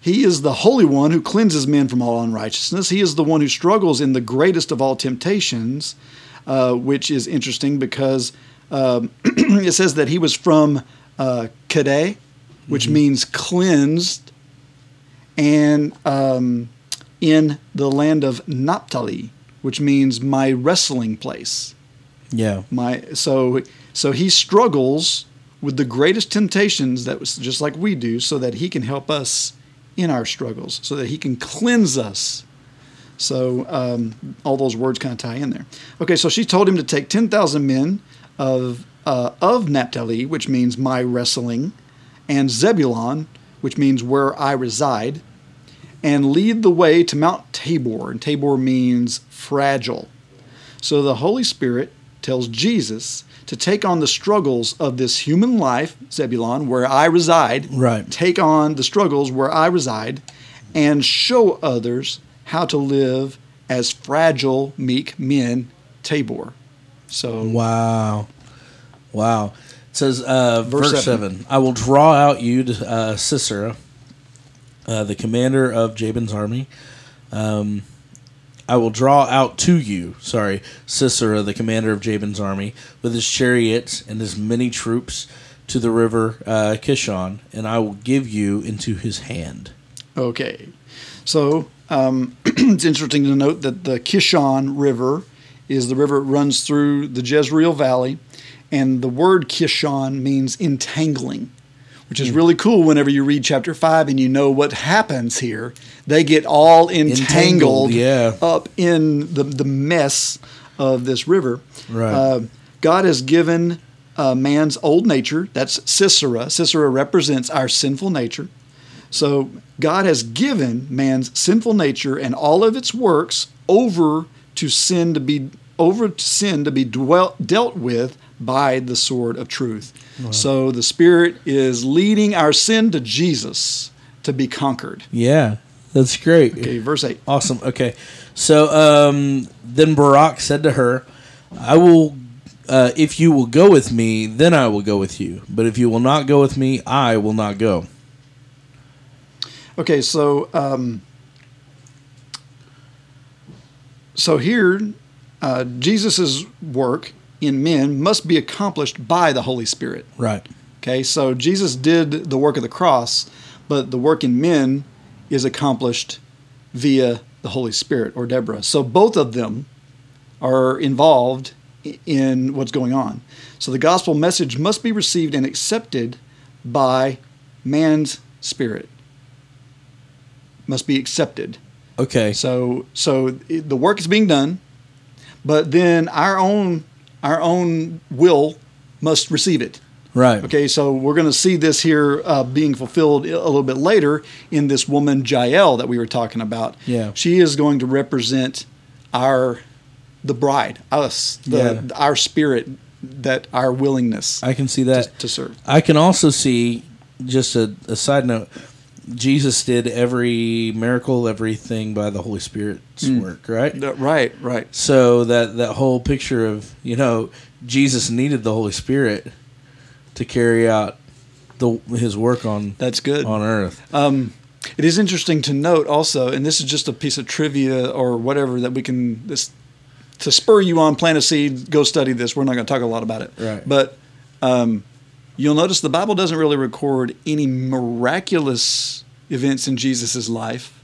Speaker 1: he is the Holy One who cleanses men from all unrighteousness. He is the one who struggles in the greatest of all temptations, uh, which is interesting because um, it says that he was from uh, Kadeh, which means cleansed, and um, in the land of Naphtali, which means my wrestling place
Speaker 2: Yeah.
Speaker 1: my so so he struggles with the greatest temptations that was just like we do so that he can help us in our struggles so that he can cleanse us so um, all those words kind of tie in there okay so she told him to take 10000 men of uh, of naphtali which means my wrestling and zebulon which means where i reside and lead the way to mount tabor and tabor means fragile so the Holy Spirit tells Jesus to take on the struggles of this human life, Zebulon, where I reside.
Speaker 2: Right.
Speaker 1: Take on the struggles where I reside and show others how to live as fragile, meek men, Tabor. So
Speaker 2: Wow. Wow. It says, uh, verse,
Speaker 1: Verse
Speaker 2: 7.
Speaker 1: seven.
Speaker 2: I will draw out you to uh, Sisera, uh, the commander of Jabin's army. Um, I will draw out to you, sorry, Sisera, the commander of Jabin's army, with his chariots and his many troops to the river uh, Kishon, and I will give you into his hand.
Speaker 1: Okay. So um, it's interesting to note that the Kishon River is the river that runs through the Jezreel Valley, and the word Kishon means entangling, which is really cool whenever you read chapter 5 and you know what happens here. They get all
Speaker 2: Entangled,
Speaker 1: entangled,
Speaker 2: yeah.
Speaker 1: up in the, the mess of this river.
Speaker 2: Right.
Speaker 1: Uh, God has given uh, man's old nature, that's Sisera. Sisera represents our sinful nature. So God has given man's sinful nature and all of its works over to sin to be over to sin to be dwelt, dealt with by the sword of truth. So the Spirit is leading our sin to Jesus to be conquered.
Speaker 2: Yeah, that's great.
Speaker 1: Okay, verse eight.
Speaker 2: Awesome. Okay. So um, then Barak said to her, I will, uh, if you will go with me, then I will go with you. But if you will not go with me, I will not go.
Speaker 1: Okay, so um, so here, uh, Jesus's work in men must be accomplished by the Holy Spirit.
Speaker 2: Right.
Speaker 1: Okay, so Jesus did the work of the cross, but the work in men is accomplished via the Holy Spirit or Deborah. So both of them are involved i- in what's going on. So the gospel message must be received and accepted by man's spirit. Must be accepted.
Speaker 2: Okay.
Speaker 1: So so it, the work is being done, but then our own our own will must receive it.
Speaker 2: Right.
Speaker 1: Okay, so we're going to see this here uh, being fulfilled a little bit later in this woman Jael that we were talking about.
Speaker 2: Yeah.
Speaker 1: she is going to represent our the bride, us, the
Speaker 2: Yeah.
Speaker 1: our spirit, that our willingness
Speaker 2: I can see that.
Speaker 1: to serve.
Speaker 2: I can also see, just a, a side note, Jesus did every miracle, everything by the Holy Spirit's work, right?
Speaker 1: That- right, right.
Speaker 2: So that that whole picture of you know Jesus needed the Holy Spirit to carry out the his work on
Speaker 1: That's good.
Speaker 2: on earth.
Speaker 1: It is interesting to note also, and this is just a piece of trivia or whatever that we can this to spur you on. Plant a seed. Go study this. We're not going to talk a lot about it.
Speaker 2: Right.
Speaker 1: But um, you'll notice the Bible doesn't really record any miraculous events in Jesus' life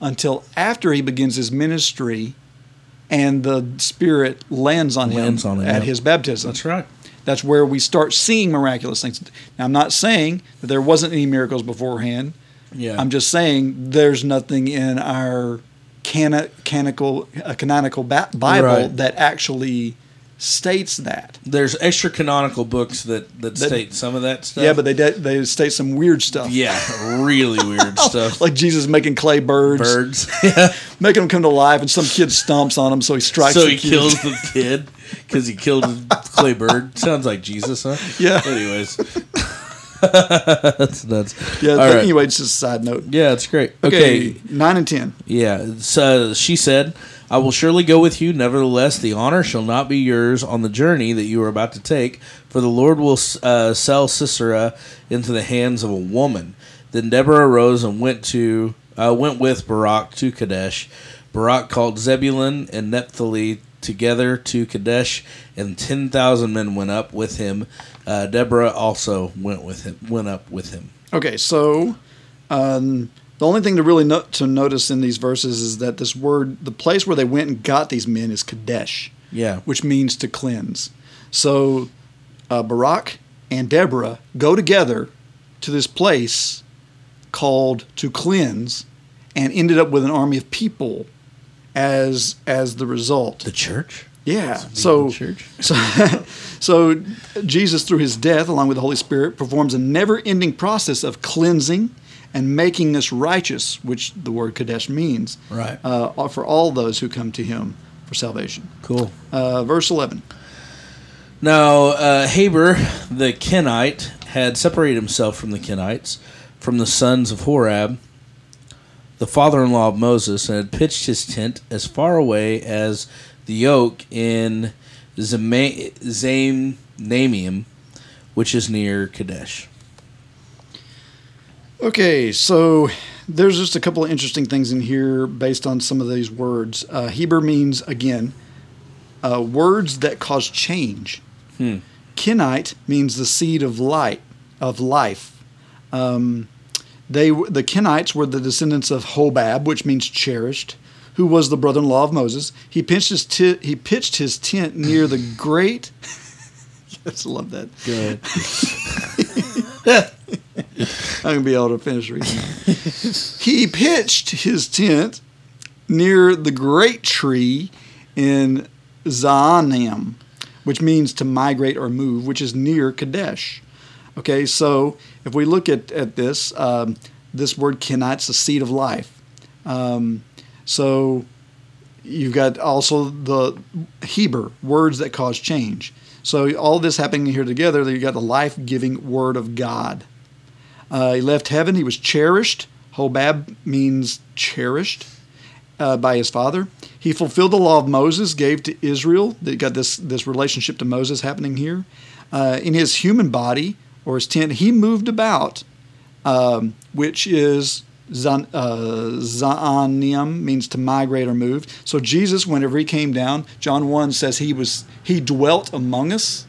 Speaker 1: until after he begins his ministry, and the Spirit lands on
Speaker 2: Lands
Speaker 1: him
Speaker 2: on him,
Speaker 1: at
Speaker 2: yeah.
Speaker 1: his baptism.
Speaker 2: right.
Speaker 1: That's where we start seeing miraculous things. Now, I'm not saying that there wasn't any miracles beforehand.
Speaker 2: Yeah.
Speaker 1: I'm just saying there's nothing in our cana- canonical, uh, canonical ba- Bible
Speaker 2: Right.
Speaker 1: that actually states that.
Speaker 2: There's extra canonical books that that,
Speaker 1: That-
Speaker 2: state some of that stuff.
Speaker 1: Yeah, but they de- they state some weird stuff.
Speaker 2: yeah, really weird stuff.
Speaker 1: Oh, Like Jesus making clay birds,
Speaker 2: birds. Yeah.
Speaker 1: making them come to life, and some kid stomps on him, so he strikes.
Speaker 2: so
Speaker 1: the
Speaker 2: he
Speaker 1: kid.
Speaker 2: kills the kid. because he killed Clay Bird. Sounds like Jesus, huh?
Speaker 1: Yeah.
Speaker 2: Anyways, that's nuts.
Speaker 1: Yeah.
Speaker 2: All
Speaker 1: but
Speaker 2: right.
Speaker 1: Anyway, it's just a side note.
Speaker 2: Yeah, it's great.
Speaker 1: Okay,
Speaker 2: okay.
Speaker 1: nine and ten.
Speaker 2: Yeah. So she said, I will surely go with you. Nevertheless, the honor shall not be yours on the journey that you are about to take, for the Lord will uh, sell Sisera into the hands of a woman. Then Deborah arose and went to uh, went with Barak to Kadesh. Barak called Zebulun and Naphtali together to Kadesh, and ten thousand men went up with him. Uh, Deborah also went with him. Went up with him.
Speaker 1: Okay, so um, the only thing to really no- to notice in these verses is that this word, the place where they went and got these men, is Kadesh,
Speaker 2: Yeah.
Speaker 1: which means to cleanse. So uh, Barak and Deborah go together to this place called to cleanse, and ended up with an army of people as as the result.
Speaker 2: The church.
Speaker 1: Yeah. So,
Speaker 2: church.
Speaker 1: so, so Jesus, through his death, along with the Holy Spirit, performs a never ending process of cleansing and making us righteous, which the word Kadesh means,
Speaker 2: Right.
Speaker 1: uh, for all those who come to him for salvation.
Speaker 2: Cool.
Speaker 1: Uh, verse 11.
Speaker 2: Now, uh, Haber the Kenite had separated himself from the Kenites, from the sons of Horab, the father in law of Moses, and had pitched his tent as far away as the oak in Zama- Zamnamium, which is near Kadesh.
Speaker 1: Okay, so there's just a couple of interesting things in here based on some of these words. Uh, Heber means, again, uh, words that cause change. Hmm. Kenite means the seed of light, of life. Um, they w- the Kenites were the descendants of Hobab, which means cherished, who was the brother-in-law of Moses. He pitched his ti- he pitched his tent near the great. yes, I love that.
Speaker 2: Good.
Speaker 1: I'm gonna be able to finish reading. he pitched his tent near the great tree in Zaanim, which means to migrate or move, which is near Kadesh. Okay, so if we look at at this, um, this word Kenite's the seed of life. Um, so you've got also the Heber words that cause change. So all this happening here together, you got the life-giving word of God. Uh, he left heaven. He was cherished. Hobab means cherished uh, by his father. He fulfilled the law of Moses, gave to Israel. They got this this relationship to Moses happening here. Uh, in his human body or his tent, he moved about, um, which is zan, uh, zaanium means to migrate or move. So Jesus, whenever he came down, John one says he was he dwelt among us.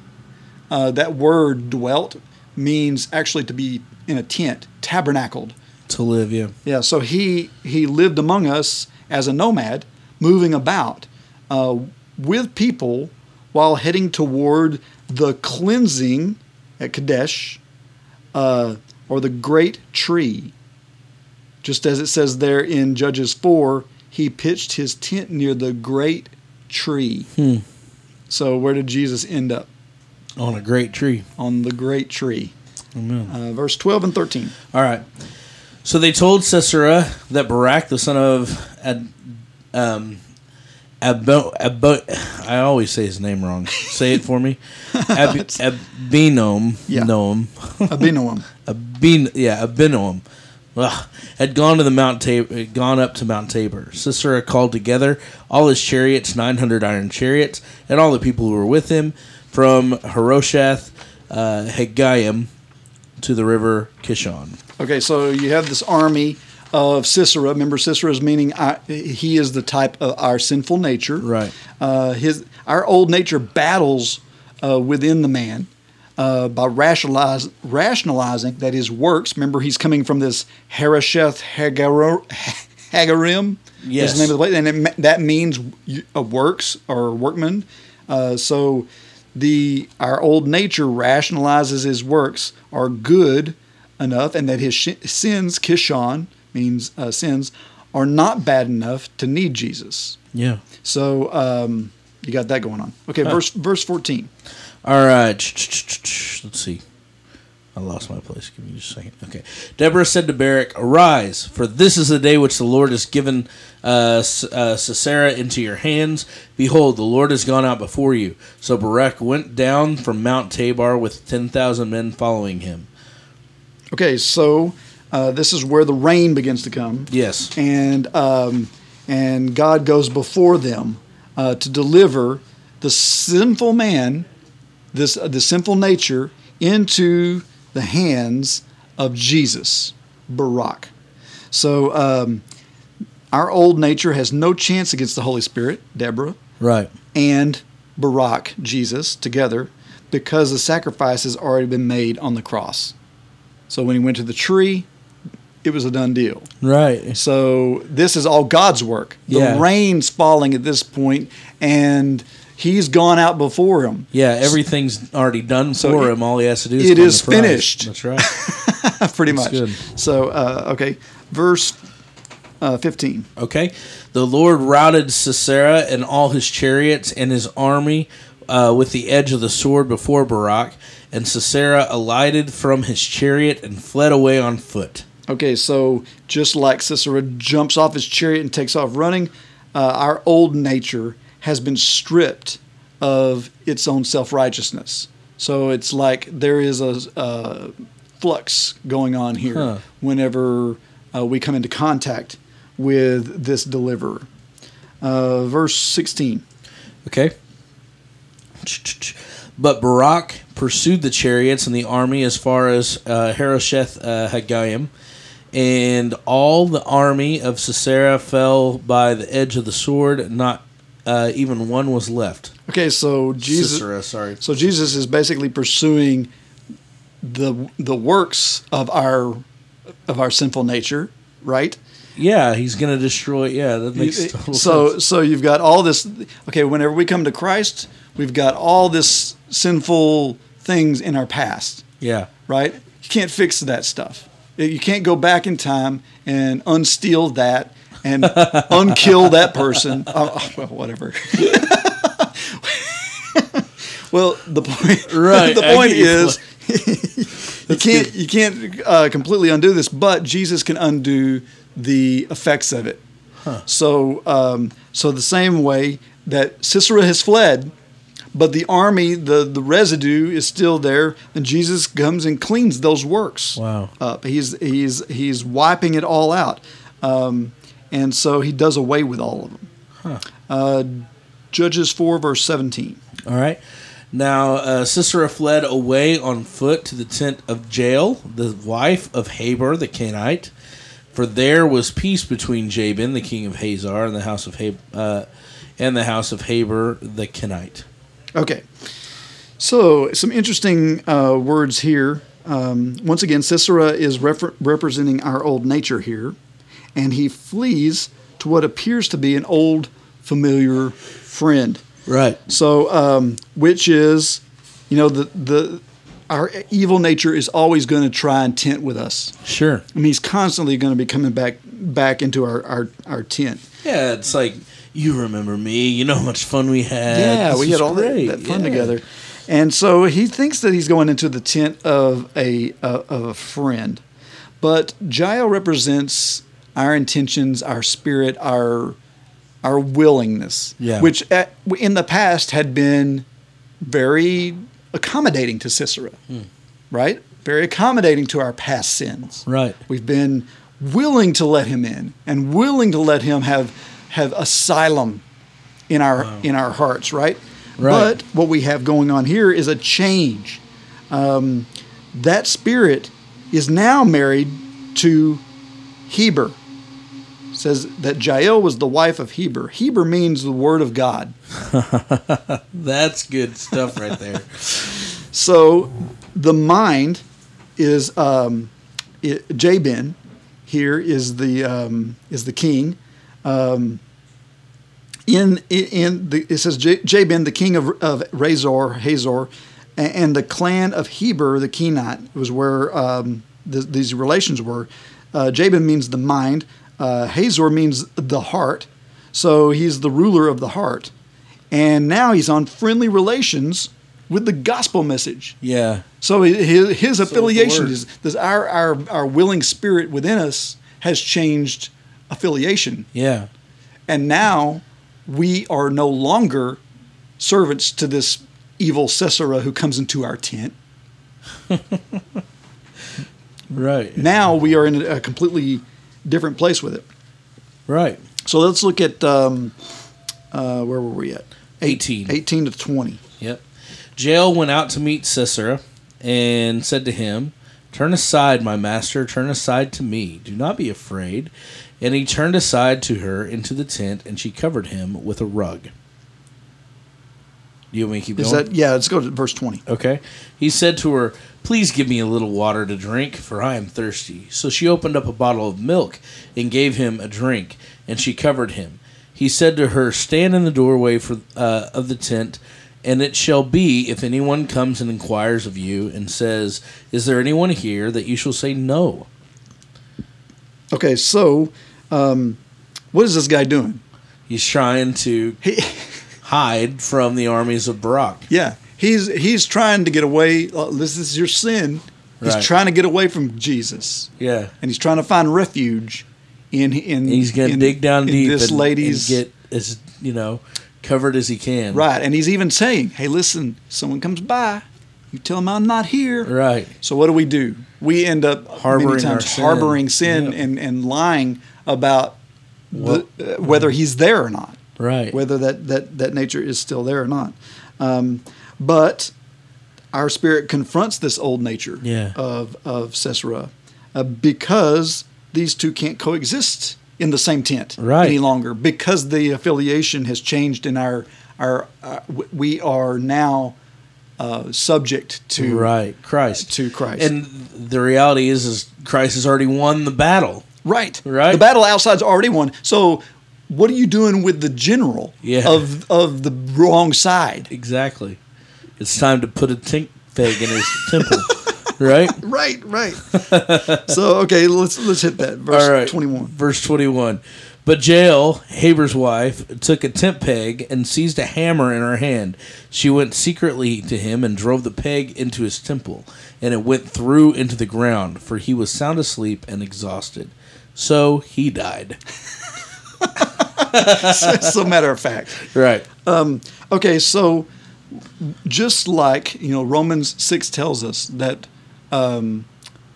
Speaker 1: Uh, that word dwelt means actually to be in a tent, tabernacled.
Speaker 2: To live, yeah.
Speaker 1: Yeah, so he he lived among us as a nomad, moving about uh, with people while heading toward the cleansing at Kadesh uh, or the great tree. Just as it says there in Judges 4, he pitched his tent near the great tree. So, where did Jesus end up?
Speaker 2: On a great tree.
Speaker 1: On the great tree.
Speaker 2: Amen.
Speaker 1: Uh, verse 12 and 13.
Speaker 2: All right. So they told Sisera that Barak, the son of Ad, um, Abo, Abo, I always say his name wrong. Say it for me. Ab, Abinom,
Speaker 1: Yeah.
Speaker 2: Noam,
Speaker 1: Abinoam.
Speaker 2: Abin, yeah, Abinoam, ugh, had gone to the Mount Tabor, gone up to Mount Tabor. Sisera called together all his chariots, nine hundred iron chariots, and all the people who were with him from Heroshath, uh, Hegayim, to the river Kishon.
Speaker 1: Okay, so you have this army of Sisera. Remember, Sisera is meaning I, he is the type of our sinful nature.
Speaker 2: Right.
Speaker 1: Uh, his our old nature battles uh, within the man uh, by rationalize, rationalizing that his works. Remember, he's coming from this Heresheth Hagaro- Hagarim. is
Speaker 2: Yes.
Speaker 1: the name of the place, and it, me- that means y- a works or workman. Uh, so the our old nature rationalizes his works are good enough, and that his sh- sins, Kishon means uh, sins, are not bad enough to need Jesus.
Speaker 2: Yeah.
Speaker 1: So um, you got that going on. Okay, verse verse fourteen.
Speaker 2: All right. Let's see. I lost my place. Give me just a second. Okay. Deborah said to Barak, Arise, for this is the day which the Lord has given uh, S- uh, Sisera into your hands. Behold, the Lord has gone out before you. So Barak went down from Mount Tabor with 10,000 men following him.
Speaker 1: Okay, so uh, this is where the rain begins to come.
Speaker 2: Yes.
Speaker 1: and um, and God goes before them uh, to deliver the sinful man, this uh, the sinful nature, into the hands of Jesus, Barak. So um, our old nature has no chance against the Holy Spirit, Deborah,
Speaker 2: Right.
Speaker 1: and Barak, Jesus, together, because the sacrifice has already been made on the cross. So when he went to the tree, it was a done deal.
Speaker 2: Right.
Speaker 1: So this is all God's work. The
Speaker 2: Yeah.
Speaker 1: rain's falling at this point, and He's gone out before him.
Speaker 2: Yeah, everything's already done
Speaker 1: So
Speaker 2: for
Speaker 1: it-
Speaker 2: him. All he has to do is
Speaker 1: it
Speaker 2: claim
Speaker 1: is
Speaker 2: the prize.
Speaker 1: finished.
Speaker 2: That's right.
Speaker 1: pretty
Speaker 2: That's
Speaker 1: much.
Speaker 2: good.
Speaker 1: So uh, okay, verse uh, fifteen.
Speaker 2: Okay. The Lord routed Sisera and all his chariots and his army uh, with the edge of the sword before Barak, and Sisera alighted from his chariot and fled away on foot.
Speaker 1: Okay, so just like Sisera jumps off his chariot and takes off running, uh, our old nature has been stripped of its own self righteousness. So it's like there is a, uh flux going on here
Speaker 2: Huh.
Speaker 1: whenever uh, we come into contact with this deliverer. Uh, verse 16.
Speaker 2: Okay. But Barak pursued the chariots and the army as far as uh, Harosheth uh, Haggayim, and all the army of Sisera fell by the edge of the sword. Not uh, even one was left.
Speaker 1: Okay, so Jesus.
Speaker 2: Sisera, sorry.
Speaker 1: So Jesus is basically pursuing the the works of our of our sinful nature, right?
Speaker 2: Yeah, he's gonna destroy. Yeah, that makes total
Speaker 1: so
Speaker 2: sense.
Speaker 1: so you've got all this okay, whenever we come to Christ, we've got all this sinful things in our past,
Speaker 2: Yeah,
Speaker 1: right? You can't fix that stuff. You can't go back in time and unsteal that and unkill that person. Oh, oh, well, whatever. well, the point
Speaker 2: Right,
Speaker 1: the
Speaker 2: I
Speaker 1: point
Speaker 2: get your
Speaker 1: is you can't you can't uh, completely undo this, but Jesus can undo the effects of it. So um, so the same way that Sisera has fled, but the army, the the residue is still there, and Jesus comes and cleans those works.
Speaker 2: Wow.
Speaker 1: up. He's he's he's wiping it all out, um, and so he does away with all of them. Uh, Judges four verse seventeen.
Speaker 2: all right. Now uh, Sisera fled away on foot to the tent of Jael, the wife of Haber the Kenite, for there was peace between Jabin the king of Hazar and the house of Hab- uh, and the house of Haber the Kenite.
Speaker 1: Okay. So, some interesting uh, words here. Um, once again, Sisera is refer- representing our old nature here, and he flees to what appears to be an old familiar friend.
Speaker 2: Right.
Speaker 1: So, um, which is, you know, the, the our evil nature is always going to try and tent with us.
Speaker 2: Sure.
Speaker 1: I mean, he's constantly going to be coming back back into our, our, our tent.
Speaker 2: Yeah, it's like you remember me. You know how much fun we had.
Speaker 1: Yeah,
Speaker 2: This
Speaker 1: we
Speaker 2: was
Speaker 1: had all that,
Speaker 2: great.
Speaker 1: that fun
Speaker 2: Yeah.
Speaker 1: together. And so he thinks that he's going into the tent of a uh, of a friend, but Jael represents our intentions, our spirit, our our willingness,
Speaker 2: Yeah.
Speaker 1: which at, in the past had been very accommodating to Sisera,
Speaker 2: Hmm.
Speaker 1: right? Very accommodating to our past sins.
Speaker 2: Right.
Speaker 1: We've been willing to let him in and willing to let him have have asylum in our in our hearts, right?
Speaker 2: Right.
Speaker 1: But what we have going on here is a change. Um, that spirit is now married to Heber. It says that Jael was the wife of Heber. Heber means the word of God.
Speaker 2: That's good stuff right there.
Speaker 1: So the mind is um, i Jabin. Here is the um, is the king. Um, in in the, it says J- Jabin, the king of of Razor Hazor, a- and the clan of Heber the Kenite was where um, th- these relations were. Uh, Jabin means the mind. Uh, Hazor means the heart. So he's the ruler of the heart, and now he's on friendly relations with the gospel message.
Speaker 2: Yeah.
Speaker 1: So his, his affiliation
Speaker 2: word.
Speaker 1: is this our, our our willing spirit within us has changed affiliation,
Speaker 2: Yeah.
Speaker 1: and now we are no longer servants to this evil Sisera who comes into our tent.
Speaker 2: Right.
Speaker 1: Now we are in a completely different place with it.
Speaker 2: Right.
Speaker 1: So let's look at um, uh, where were we at? Eight-
Speaker 2: 18.
Speaker 1: 18 to 20.
Speaker 2: Yep. Jael went out to meet Sisera and said to him, Turn aside, my master, turn aside to me. Do not be afraid. And he turned aside to her into the tent, and she covered him with a rug. Do you want me to keep
Speaker 1: Is
Speaker 2: going?
Speaker 1: that yeah? Let's go to verse 20.
Speaker 2: Okay. He said to her, Please give me a little water to drink, for I am thirsty. So she opened up a bottle of milk and gave him a drink, and she covered him. He said to her, Stand in the doorway for, uh, of the tent, and it shall be, if anyone comes and inquires of you and says, Is there anyone here? that you shall say, No.
Speaker 1: Okay, so um, what is this guy doing?
Speaker 2: He's trying to
Speaker 1: He,
Speaker 2: hide from the armies of Barak.
Speaker 1: yeah, he's he's trying to get away. uh, This is your sin. He's
Speaker 2: Right.
Speaker 1: trying to get away from Jesus,
Speaker 2: Yeah.
Speaker 1: and he's trying to find refuge in in.
Speaker 2: He's going to
Speaker 1: in-
Speaker 2: dig down
Speaker 1: in
Speaker 2: deep
Speaker 1: This
Speaker 2: and, and
Speaker 1: lady's
Speaker 2: get as, you know, covered as he can.
Speaker 1: right, and he's even saying, "Hey, listen, someone comes by, you tell him I'm not here."
Speaker 2: Right.
Speaker 1: So what do we do? We end up
Speaker 2: Harboring
Speaker 1: many times
Speaker 2: our sin.
Speaker 1: harboring sin
Speaker 2: Yep.
Speaker 1: and and lying about
Speaker 2: Well-
Speaker 1: the, uh, whether he's there or not.
Speaker 2: Right.
Speaker 1: whether that, that, that nature is still there or not. Um, but our spirit confronts this old nature
Speaker 2: Yeah.
Speaker 1: of, of Sisera uh, because these two can't coexist in the same tent
Speaker 2: Right.
Speaker 1: any longer because the affiliation has changed and our, our, uh, w- we are now uh, subject to
Speaker 2: right Christ
Speaker 1: to Christ.
Speaker 2: and the reality is is Christ has already won the battle
Speaker 1: Right.
Speaker 2: Right.
Speaker 1: The battle outside's already won. So what are you doing with the general
Speaker 2: Yeah.
Speaker 1: of of the wrong side?
Speaker 2: exactly it's time to put a tink peg in his temple right
Speaker 1: right, right. so okay, let's let's hit that verse
Speaker 2: all right
Speaker 1: twenty-one.
Speaker 2: verse 21 but Jael Haber's wife took a tent peg and seized a hammer in her hand she went secretly to him and drove the peg into his temple and it went through into the ground for he was sound asleep and exhausted so he died
Speaker 1: It's a matter of fact.
Speaker 2: right
Speaker 1: Um, Okay, so just like you know, Romans six tells us that um,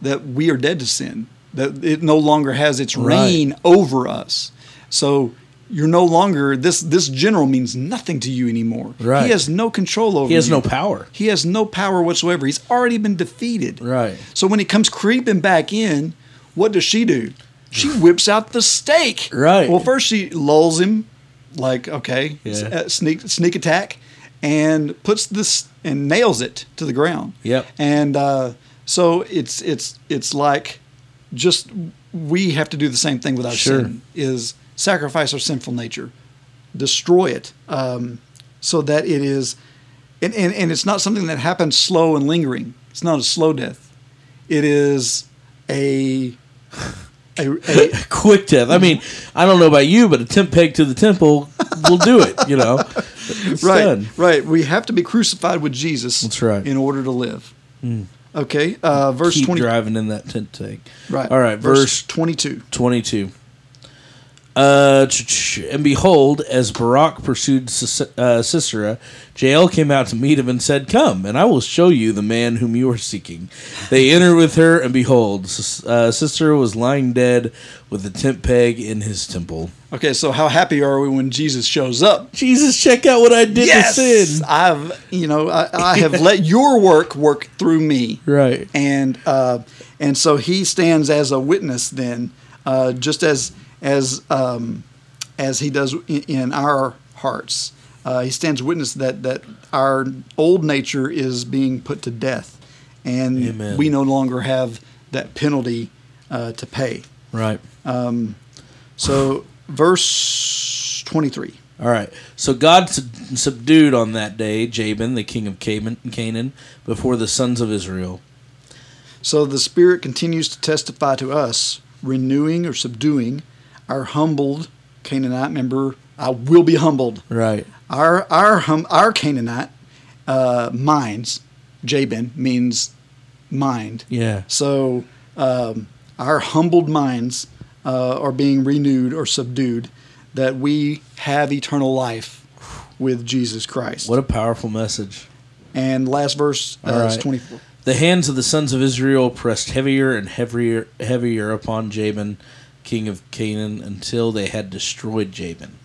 Speaker 1: that we are dead to sin, that it no longer has its
Speaker 2: Right.
Speaker 1: reign over us. So you're no longer this. This general means nothing to you anymore.
Speaker 2: Right.
Speaker 1: He has no control over.
Speaker 2: he has
Speaker 1: you.
Speaker 2: no power
Speaker 1: He has no power whatsoever. He's already been defeated.
Speaker 2: Right.
Speaker 1: So when he comes creeping back in, what does she do? She whips out the stake.
Speaker 2: Right.
Speaker 1: Well, first she lulls him, like okay, s-
Speaker 2: Yeah.
Speaker 1: uh, sneak sneak attack, and puts this and nails it to the ground.
Speaker 2: Yep.
Speaker 1: And uh, so it's it's it's like just we have to do the same thing with our
Speaker 2: Sure.
Speaker 1: sin is sacrifice our sinful nature, destroy it, um, so that it is, and, and, and it's not something that happens slow and lingering. It's not a slow death. It is a, a, a
Speaker 2: quick death. I mean, I don't know about you, but a temp peg to the temple will do it. You know, It's
Speaker 1: right,
Speaker 2: done.
Speaker 1: right. We have to be crucified with Jesus.
Speaker 2: That's right. Hmm.
Speaker 1: In order to live. Okay, uh, verse
Speaker 2: Keep
Speaker 1: twenty.
Speaker 2: driving in that tent peg.
Speaker 1: Right.
Speaker 2: All right. Verse,
Speaker 1: twenty-two.
Speaker 2: twenty-two. Uh, ch- ch- and behold, as Barak pursued Sis- uh, Sisera, Jael came out to meet him and said, "Come, and I will show you the man whom you are seeking." They entered with her, and behold, Sis- uh, Sisera was lying dead with the tent peg in his temple.
Speaker 1: Okay, so how happy are we when Jesus shows up?
Speaker 2: Jesus, check out what I did to sin.
Speaker 1: I've you know I, I have let your work work through me,
Speaker 2: Right.
Speaker 1: And uh, and so he stands as a witness then, uh, just as as um, as he does in, in our hearts. Uh, he stands witness that that our old nature is being put to death, and
Speaker 2: Amen.
Speaker 1: we no longer have that penalty uh, to pay. Um,
Speaker 2: Right.
Speaker 1: So verse twenty three.
Speaker 2: All right. So God sub- subdued on that day Jabin, the king of Caban- Canaan, before the sons of Israel.
Speaker 1: So the Spirit continues to testify to us, renewing or subduing our humbled Canaanite. Remember, I will be humbled.
Speaker 2: Right.
Speaker 1: Our our hum, our Canaanite uh, minds. Jabin means mind.
Speaker 2: Yeah.
Speaker 1: So um, our humbled minds uh, are being renewed or subdued, that we have eternal life with Jesus Christ.
Speaker 2: What a powerful message.
Speaker 1: and last verse uh,
Speaker 2: All
Speaker 1: is
Speaker 2: right.
Speaker 1: 24.
Speaker 2: The hands of the sons of Israel pressed heavier and heavier heavier upon Jabin, king of Canaan, until they had destroyed Jabin,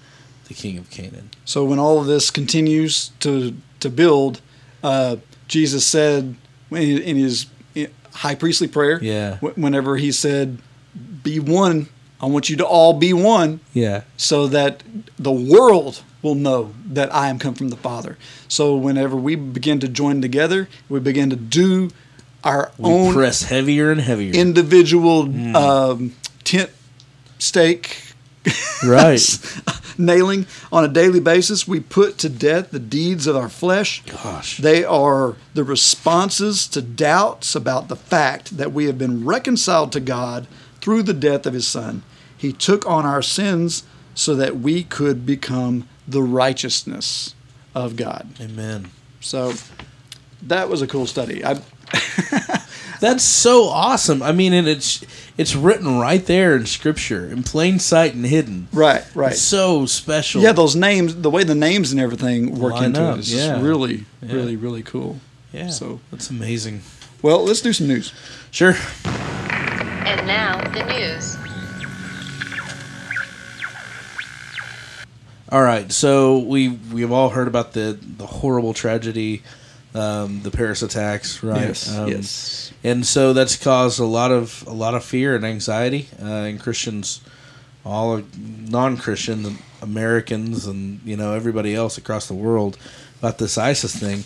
Speaker 2: the king of Canaan.
Speaker 1: So when all of this continues to to build, uh, Jesus said in in his high priestly prayer,
Speaker 2: Yeah.
Speaker 1: wh- whenever he said, "Be one," I want you to all be one,
Speaker 2: Yeah.
Speaker 1: so that the world will know that I am come from the Father. So whenever we begin to join together, we begin to do our
Speaker 2: We Mm.
Speaker 1: own
Speaker 2: press heavier and heavier.
Speaker 1: individual um, tent stake
Speaker 2: right.
Speaker 1: nailing on a daily basis. We put to death the deeds of our flesh.
Speaker 2: Gosh.
Speaker 1: They are the responses to doubts about the fact that we have been reconciled to God through the death of his son. He took on our sins so that we could become the righteousness of God.
Speaker 2: Amen.
Speaker 1: So that was a cool study. I
Speaker 2: That's so awesome. I mean, and it's it's written right there in Scripture, in plain sight and hidden.
Speaker 1: right, right.
Speaker 2: It's so special.
Speaker 1: yeah, those names, the way the names and everything work
Speaker 2: Line
Speaker 1: into
Speaker 2: up,
Speaker 1: it is
Speaker 2: yeah.
Speaker 1: just really,
Speaker 2: Yeah.
Speaker 1: really, really cool.
Speaker 2: yeah.
Speaker 1: So,
Speaker 2: that's amazing.
Speaker 1: well, let's do some news.
Speaker 2: Sure.
Speaker 7: And now, the news.
Speaker 2: All right. So we we've all heard about the the horrible tragedy, um, the Paris attacks, right? Um,
Speaker 1: yes.
Speaker 2: and so that's caused a lot of a lot of fear and anxiety uh, in Christians, all non Christians, Americans, and you know everybody else across the world about this ISIS thing.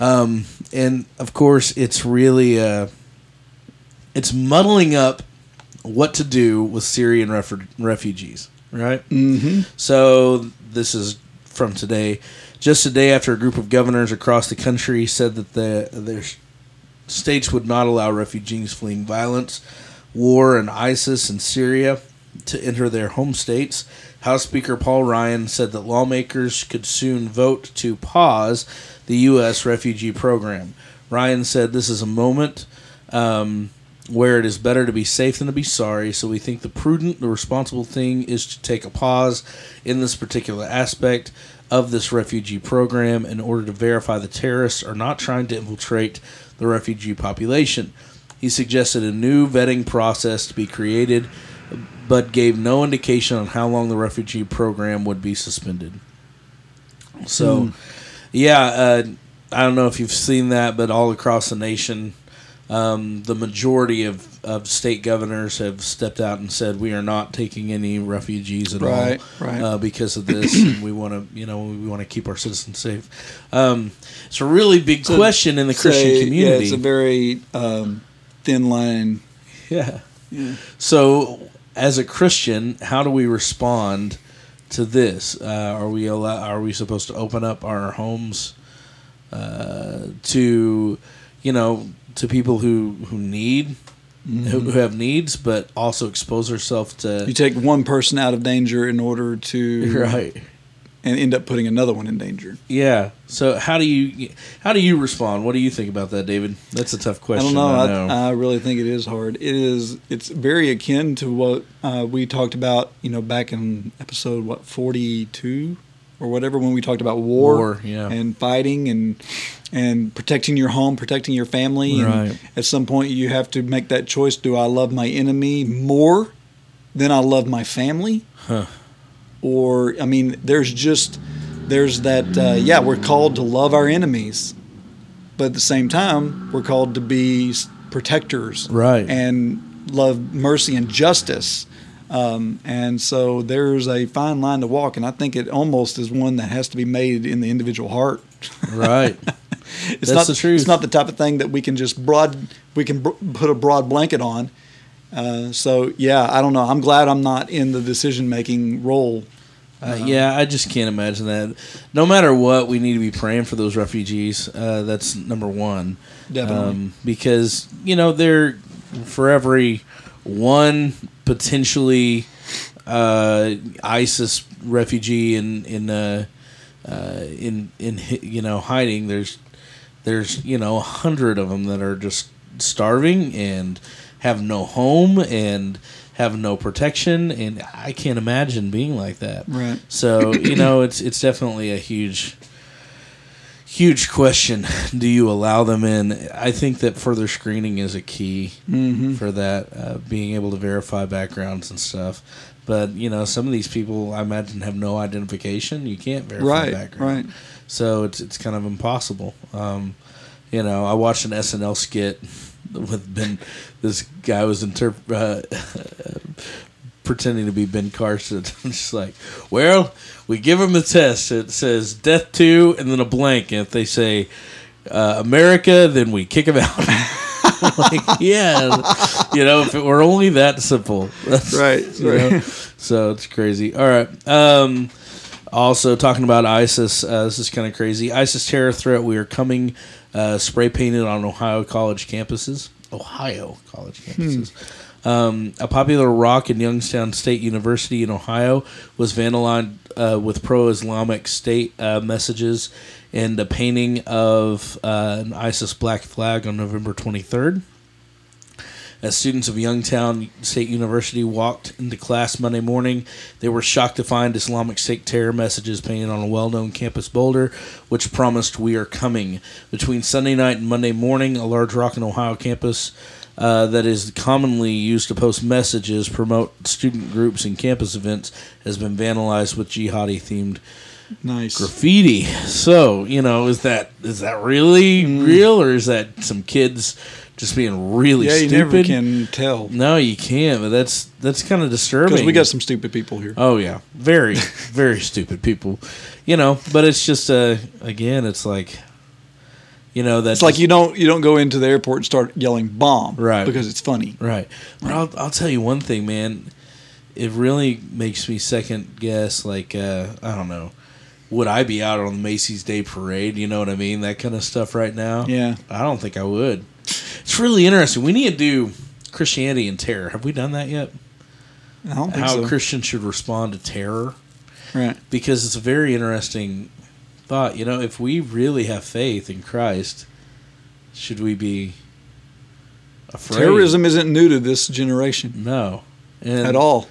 Speaker 2: Um, and of course, it's really uh, it's muddling up what to do with Syrian ref- refugees, right?
Speaker 1: Mm-hmm.
Speaker 2: So this is from today. Just a day after a group of governors across the country said that the, their states would not allow refugees fleeing violence, war, and ISIS in Syria to enter their home states, House Speaker Paul Ryan said that lawmakers could soon vote to pause the U.S. refugee program. Ryan said this is a moment um, where it is better to be safe than to be sorry. So we think the prudent, the responsible thing is to take a pause in this particular aspect of this refugee program in order to verify the terrorists are not trying to infiltrate the refugee population. He suggested a new vetting process to be created, but gave no indication on how long the refugee program would be suspended. So,
Speaker 1: Hmm.
Speaker 2: yeah, uh, I don't know if you've seen that, but all across the nation, um, the majority of, of state governors have stepped out and said we are not taking any refugees at
Speaker 1: Right,
Speaker 2: all
Speaker 1: right.
Speaker 2: Uh, because of this. and we want to, you know, we want to keep our citizens safe. Um, it's a really big question in the Christian
Speaker 1: Say,
Speaker 2: community.
Speaker 1: Yeah, it's a very um, thin line.
Speaker 2: Yeah. So, as a Christian, how do we respond to this? Uh, are we allow- Are we supposed to open up our homes uh, to, you know, to people who who need,
Speaker 1: Mm-hmm.
Speaker 2: who, who have needs, but also expose ourselves
Speaker 1: You
Speaker 2: to
Speaker 1: take one person out of danger in order to
Speaker 2: right?
Speaker 1: and end up putting another one in danger.
Speaker 2: Yeah. So how do you how do you respond? What do you think about that, David? That's a tough question.
Speaker 1: I don't know. I,
Speaker 2: Oh, know.
Speaker 1: I, really think it is hard. It is. It's very akin to what uh, we talked about. You know, back in episode what forty two or whatever, when we talked about war,
Speaker 2: War, yeah.
Speaker 1: and fighting and and protecting your home, protecting your family. And
Speaker 2: Right.
Speaker 1: at some point, you have to make that choice: Do I love my enemy more than I love my family?
Speaker 2: Huh.
Speaker 1: Or I mean, there's just there's that. Uh, yeah, we're called to love our enemies but at the same time, we're called to be s- protectors,
Speaker 2: Right.
Speaker 1: And love mercy and justice. Um, and so there's a fine line to walk, and I think it almost is one that has to be made in the individual heart.
Speaker 2: right.
Speaker 1: It's
Speaker 2: That's
Speaker 1: not
Speaker 2: the truth.
Speaker 1: It's not the type of thing that we can just broad we can br- put a broad blanket on. Uh, so yeah, I don't know. I'm glad I'm not in the decision making role.
Speaker 2: Uh, yeah, I just can't imagine that. No matter what, we need to be praying for those refugees. Uh, that's number one. Um,
Speaker 1: Definitely.
Speaker 2: because you know they're for every one potentially uh, ISIS refugee in in uh, uh, in in hi- you know hiding. There's there's you know a hundred of them that are just starving and have no home and have no protection and I can't imagine being like that.
Speaker 1: Right.
Speaker 2: So, you know, it's it's definitely a huge huge question. Do you allow them in? I think that further screening is a key
Speaker 1: Mm-hmm.
Speaker 2: for that uh, being able to verify backgrounds and stuff. But, you know, some of these people I imagine have no identification. You can't verify
Speaker 1: Right,
Speaker 2: background.
Speaker 1: right.
Speaker 2: So, it's it's kind of impossible. Um you know, I watched an SNL skit with Ben. This guy was interp- uh, pretending to be Ben Carson. Just like, well, we give him the test. It says death to, and then a blank. And if they say uh, America, then we kick him out. like, yeah, you know, if it were only that simple. That's-
Speaker 1: Right,
Speaker 2: you know? So it's crazy. All right. Um, also, talking about ISIS, uh, this is kind of crazy. ISIS terror threat. We are coming uh, spray painted on Ohio college campuses. Ohio college campuses.
Speaker 1: Hmm.
Speaker 2: Um, a popular rock in Youngstown State University in Ohio was vandalized uh, with pro-Islamic state uh, messages and a painting of uh, an ISIS black flag on November 23rd as students of Youngstown State University walked into class Monday morning. They were shocked to find Islamic State terror messages painted on a well known campus boulder, which promised, We are coming. Between Sunday night and Monday morning, a large rock and Ohio campus. Uh, that is commonly used to post messages, promote student groups, and campus events has been vandalized with jihadi themed
Speaker 1: Nice.
Speaker 2: graffiti. So you know, is that is that really
Speaker 1: Mm.
Speaker 2: real, or is that some kids just being really
Speaker 1: yeah, you
Speaker 2: stupid?
Speaker 1: never can tell
Speaker 2: No, you can't. But that's that's kind of disturbing.
Speaker 1: because we got some stupid people here.
Speaker 2: Oh yeah, very very stupid people. You know, but it's just uh again, it's like you know that's
Speaker 1: It's like you don't you don't go into the airport and start yelling bomb,
Speaker 2: Right.
Speaker 1: Because it's funny.
Speaker 2: right. But I'll I'll tell you one thing, man. It really makes me second guess. Like uh I don't know. Would I be out on the Macy's Day Parade? You know what I mean? That kind of stuff right now.
Speaker 1: Yeah.
Speaker 2: I don't think I would. It's really interesting. We need to do Christianity and terror. Have we done that yet?
Speaker 1: I don't think
Speaker 2: How
Speaker 1: so.
Speaker 2: Christians should respond to terror.
Speaker 1: right.
Speaker 2: because it's a very interesting thought. You know, if we really have faith in Christ, should we be afraid?
Speaker 1: Terrorism isn't new to this generation
Speaker 2: no, and,
Speaker 1: at all.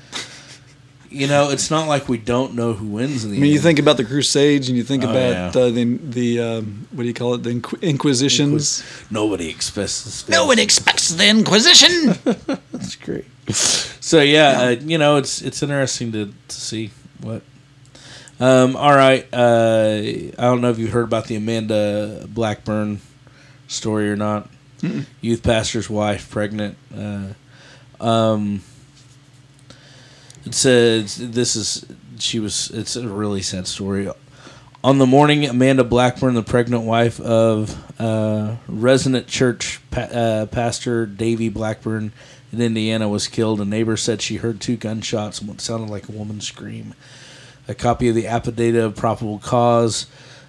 Speaker 2: You know, it's not like we don't know who wins in the
Speaker 1: I mean, you
Speaker 2: end.
Speaker 1: think about the Crusades and you think
Speaker 2: Oh,
Speaker 1: about
Speaker 2: yeah.
Speaker 1: uh, the the um, what do you call it? The Inqu- Inquisitions.
Speaker 2: nobody expects this.
Speaker 1: expects the Inquisition.
Speaker 2: That's great. So yeah, Uh, you know, it's it's interesting to, to see what. Um, all right, uh, I don't know if you heard about the Amanda Blackburn story or not. Youth pastor's wife, pregnant. Uh, um, it says this is she was. It's a really sad story. On the morning, Amanda Blackburn, the pregnant wife of uh, resident church pa- uh, pastor Davy Blackburn in Indiana, was killed. A neighbor said she heard two gunshots and what sounded like a woman scream. A copy of the affidavit of probable cause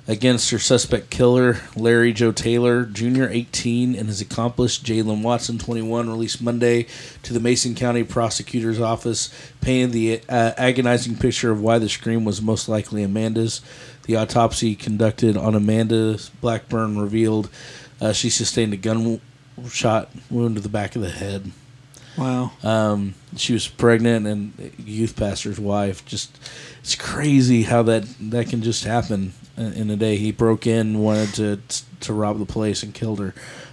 Speaker 2: against her suspect killer, Larry Joe Taylor, Jr., 18, and his accomplice, Jalen Watson, 21, released Monday to the Mason County Prosecutor's Office, painted the uh, agonizing picture of why the scream was most likely Amanda's. The autopsy conducted on Amanda Blackburn revealed uh, she sustained a gunshot wound to the back of the head
Speaker 1: wow.
Speaker 2: um, she was pregnant and a youth pastor's wife just it's crazy how that that can just happen in in a day he broke in wanted to to rob the place and killed her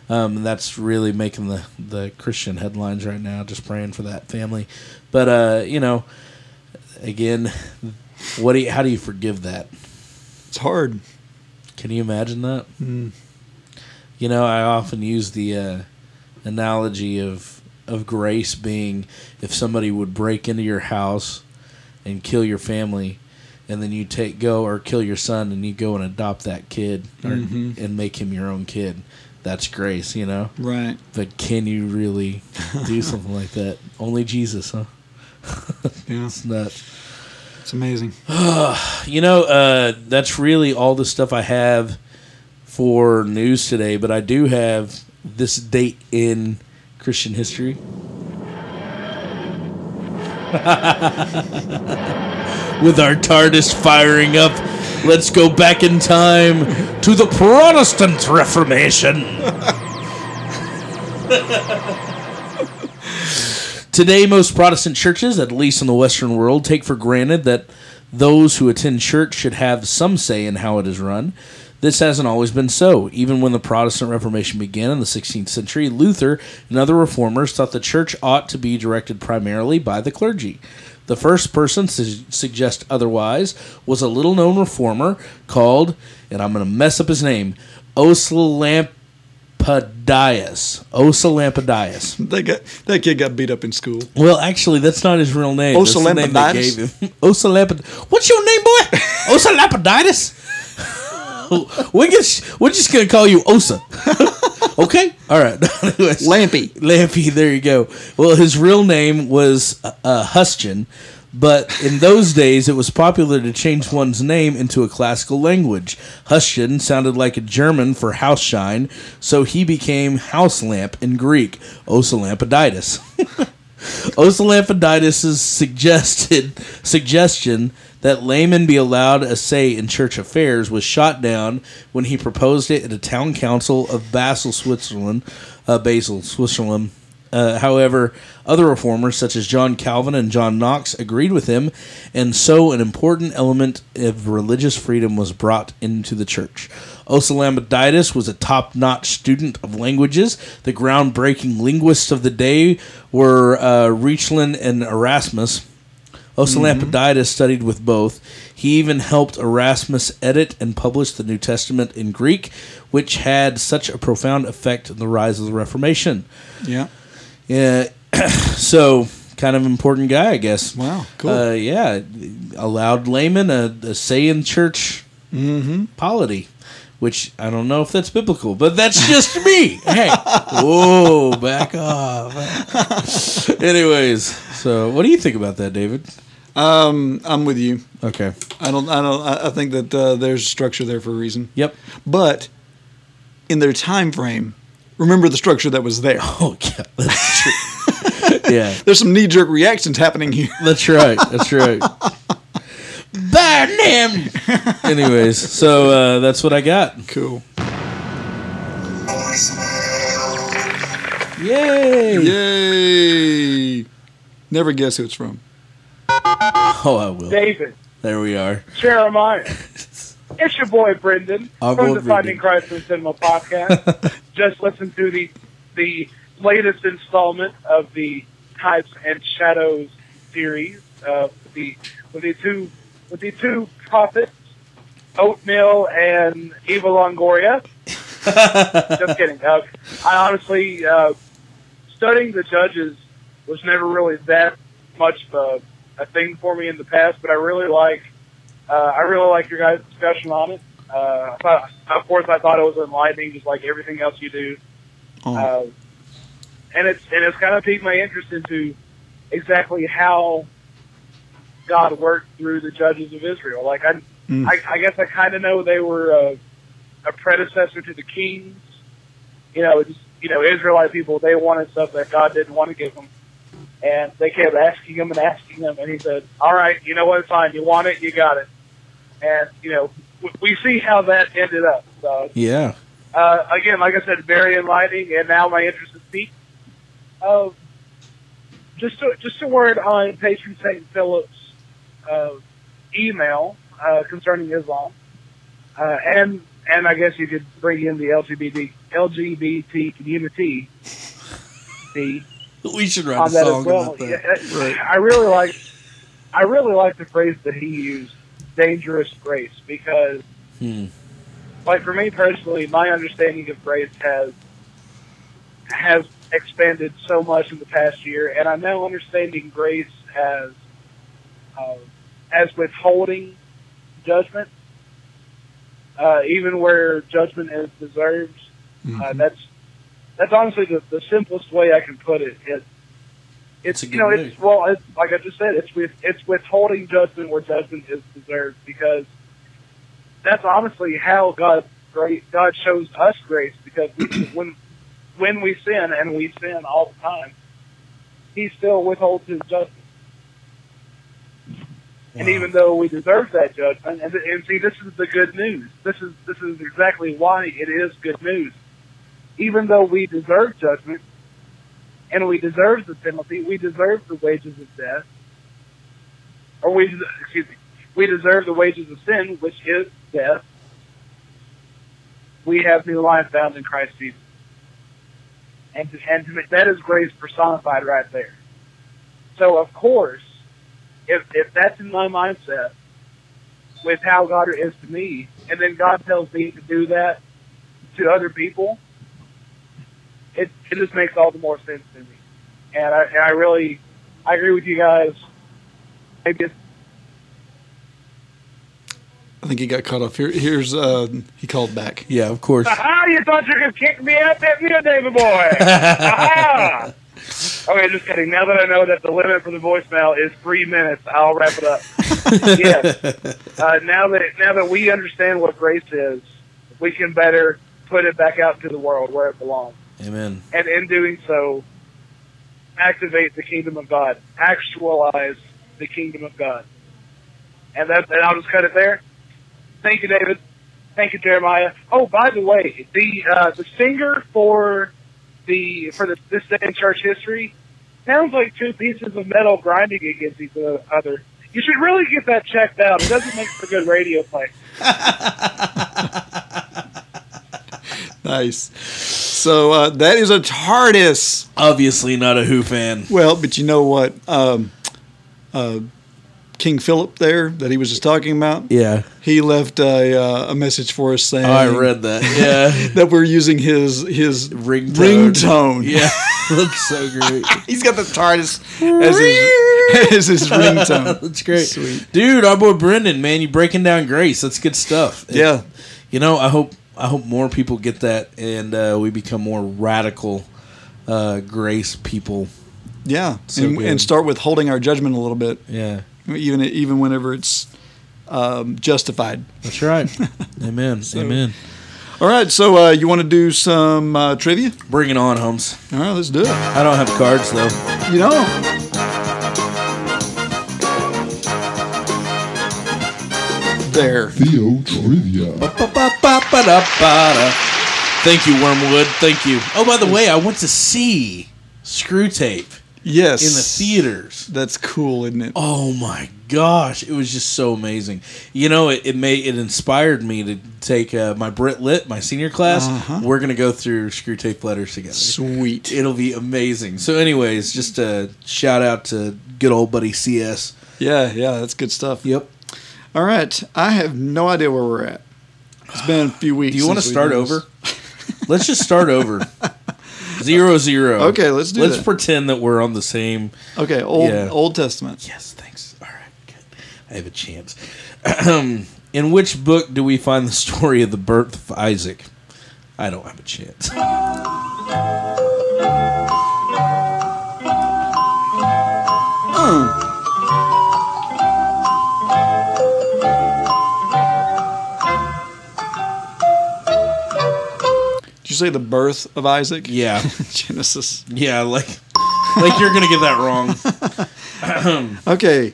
Speaker 2: um, and that's really making the the christian headlines right now just praying for that family but uh you know again what do you, how do you forgive that
Speaker 1: It's hard.
Speaker 2: can you imagine that? You know, I often use the uh, analogy of of grace being if somebody would break into your house and kill your family, and then you take go or kill your son and you go and adopt that kid or, and make him your own kid. That's grace, you know.
Speaker 1: Right.
Speaker 2: But can you really do something like that? Only Jesus, huh?
Speaker 1: Yeah.
Speaker 2: It's nuts.
Speaker 1: It's amazing.
Speaker 2: You know, uh, that's really all the stuff I have for news today, but I do have this date in Christian history. With our TARDIS firing up Let's go back in time to the Protestant Reformation. Today, most Protestant churches, at least in the Western world, take for granted that those who attend church should have some say in how it is run. This hasn't always been so. Even when the Protestant Reformation began in the 16th century, Luther and other reformers thought the church ought to be directed primarily by the clergy. The first person to suggest otherwise was a little known reformer called, and I'm going to mess up his name, Osalampidius. Osalampidius.
Speaker 1: They got, that kid got beat up in school.
Speaker 2: Well, actually, that's not his real name. That's the name they
Speaker 1: Osalampiditis?
Speaker 2: gave him. Osalamp- What's your name, boy? Osalampiditis? we just, we're just going to call you Osa. okay? All right. Anyways.
Speaker 1: Lampy.
Speaker 2: Lampy, there you go. Well, his real name was uh, uh, Huston, but in those days it was popular to change one's name into a classical language. Huston sounded like a German for house shine, so he became house lamp in Greek, Osalampiditis. Osalampiditis' suggested suggestion that laymen be allowed a say in church affairs was shot down when he proposed it at a town council of Basel, Switzerland. Uh, Basel, Switzerland. Uh, however, other reformers such as John Calvin and John Knox agreed with him, and so an important element of religious freedom was brought into the church. Osalampiditis was a top notch student of languages. The groundbreaking linguists of the day were uh, Reachland and Erasmus. Osalampiditis studied with both. He even helped Erasmus edit and publish the New Testament in Greek, which had such a profound effect on the rise of the Reformation.
Speaker 1: Yeah.
Speaker 2: Yeah. so kind of important guy, I guess.
Speaker 1: Wow, cool.
Speaker 2: Uh, yeah, allowed laymen a, a say in church
Speaker 1: Mm-hmm.
Speaker 2: polity, which I don't know if that's biblical, but that's just me. hey, whoa, back off. Anyways, so what do you think about that, David?
Speaker 1: Um, I'm with you.
Speaker 2: Okay.
Speaker 1: I don't. I don't. I I think that uh, there's structure there for a reason.
Speaker 2: Yep.
Speaker 1: But in their time frame, remember the structure that was there.
Speaker 2: Oh yeah, that's true. yeah.
Speaker 1: There's some knee jerk reactions happening here.
Speaker 2: That's right. That's right. Burn him. Anyways, so uh, that's what I got.
Speaker 1: Cool.
Speaker 2: Yay!
Speaker 1: Yay! Never guess who it's from.
Speaker 2: Oh, I will.
Speaker 8: David,
Speaker 2: There we are.
Speaker 8: Jeremiah. It's your boy Brendan
Speaker 2: Our
Speaker 8: from
Speaker 2: boy
Speaker 8: the
Speaker 2: Brendan.
Speaker 8: Finding Christ in Cinema podcast. Just listen to the the latest installment of the Types and Shadows series uh, with the with the two with the two prophets, Oatmeal and Eva Longoria. Just kidding. Uh, I honestly uh, studying the judges was never really that much of a, a thing for me in the past, but I really like uh, I really like your guys' discussion on it. Uh, I thought, of course, I thought it was enlightening, just like everything else you do.
Speaker 1: Oh,
Speaker 8: Uh, and it's and it's kind of piqued my interest into exactly how God worked through the judges of Israel. Like I,
Speaker 1: Mm.
Speaker 8: I, I guess I kind of know they were uh, a predecessor to the kings. You know, it's, you know, Israelite people they wanted stuff that God didn't want to give them, and they kept asking him and asking him, and he said, "All right, you know what? Fine, you want it, you got it." And you know, w- we see how that ended up. So
Speaker 2: Yeah.
Speaker 8: uh, again, like I said, very enlightening, and now my interest is peaked. Um, just a, just a word on patron Saint Philip's uh, email uh, concerning Islam, uh, and and I guess you could bring in the LGBT LGBT community. The
Speaker 2: We should write
Speaker 8: on that as well. Yeah, I really like, I really like the phrase that he used, "dangerous grace," because,
Speaker 2: Hmm.
Speaker 8: like for me personally, my understanding of grace has has expanded so much in the past year, and I'm now understanding grace as uh, as withholding judgment, uh, even where judgment is deserved.
Speaker 2: Mm-hmm.
Speaker 8: Uh, that's that's honestly the, the simplest way I can put it. It
Speaker 2: That's
Speaker 8: it's
Speaker 2: a
Speaker 8: you know
Speaker 2: good
Speaker 8: it's well it's, like I just said it's with it's withholding judgment where judgment is deserved because that's honestly how God great God shows us grace because when when we sin and we sin all the time, He still withholds His judgment. And even though we deserve that judgment, and, and see, this is the good news. This is this is exactly why it is good news. Even though we deserve judgment, and we deserve the penalty, we deserve the wages of death, or we excuse me, we deserve the wages of sin, which is death. We have new life found in Christ Jesus, and to, and to, that is grace personified right there. So of course, if if that's in my mindset with how God is to me, and then God tells me to do that to other people, it it just makes all the more sense to me. And I and I really I agree with you guys. Maybe it's
Speaker 1: I think he got cut off. Here, here's uh, he called back.
Speaker 2: Yeah, of course.
Speaker 8: Aha, you thought you could kick me out that meal, David boy. Aha. Okay, just kidding. Now that I know that the limit for the voicemail is three minutes, I'll wrap it up. yes. Uh, now that now that we understand what grace is, we can better put it back out to the world where it belongs.
Speaker 2: Amen.
Speaker 8: And in doing so, activate the kingdom of God. Actualize the kingdom of God. And that and I'll just cut it there. Thank you, David. Thank you, Jeremiah. Oh, by the way, the uh, the singer for the for the, this day in church history sounds like two pieces of metal grinding against each other. You should really get that checked out. It doesn't make for good radio play.
Speaker 1: Nice. So uh, that is a TARDIS.
Speaker 2: Obviously not a Who fan.
Speaker 1: Well, but you know what? Um, uh, King Philip there that he was just talking about.
Speaker 2: Yeah. Oh,
Speaker 1: He left a, uh, a message for us saying
Speaker 2: I read that. Yeah.
Speaker 1: that we're using his his
Speaker 2: Ringtone.
Speaker 1: ringtone.
Speaker 2: yeah. That's so great.
Speaker 1: He's got the TARDIS as his, as his ringtone.
Speaker 2: That's great. Dude, our boy Brendan, man, you breaking down grace. That's good stuff.
Speaker 1: Yeah.
Speaker 2: You know, I hope I hope more people get that and uh, we become more radical uh, grace people.
Speaker 1: Yeah.
Speaker 2: So
Speaker 1: and,
Speaker 2: good.
Speaker 1: and start with holding our judgment a little bit,
Speaker 2: Yeah.
Speaker 1: even even whenever it's um, justified.
Speaker 2: That's right. Amen. Amen.
Speaker 1: All right. So uh, you want to do some uh, trivia?
Speaker 2: Bring it on, Holmes.
Speaker 1: All right. Let's do it.
Speaker 2: I don't have cards though.
Speaker 1: You know. There.
Speaker 9: Theo Trivia.
Speaker 2: Ba-ba-ba-ba-da-ba-da. Thank you, Wormwood. Thank you. Oh, by the way, I went to see Screw Tape
Speaker 1: Yes.
Speaker 2: in the theaters.
Speaker 1: That's cool, isn't it?
Speaker 2: Oh my gosh, it was just so amazing. You know, it, it made it inspired me to take uh, my Brit Lit, my senior class. We're gonna go through Screw Tape letters together.
Speaker 1: Sweet.
Speaker 2: It'll be amazing. So, anyways, just a shout out to good old buddy CS.
Speaker 1: Yeah, yeah, that's good stuff.
Speaker 2: Yep.
Speaker 1: All right, I have no idea where we're at. It's been a few weeks.
Speaker 2: Do you want to
Speaker 1: since we
Speaker 2: start
Speaker 1: did this.
Speaker 2: over? let's just start over. Zero zero.
Speaker 1: Okay, let's do
Speaker 2: Let's
Speaker 1: that.
Speaker 2: pretend that we're on the same.
Speaker 1: Okay, Old
Speaker 2: Yeah.
Speaker 1: Old Testament.
Speaker 2: Yes, thanks. All right, good. I have a chance. In which book do we find the story of the birth of Isaac? I don't have a chance.
Speaker 1: Did you say the birth of Isaac?
Speaker 2: Yeah,
Speaker 1: Genesis.
Speaker 2: yeah, like, like you're gonna get that wrong.
Speaker 1: Okay,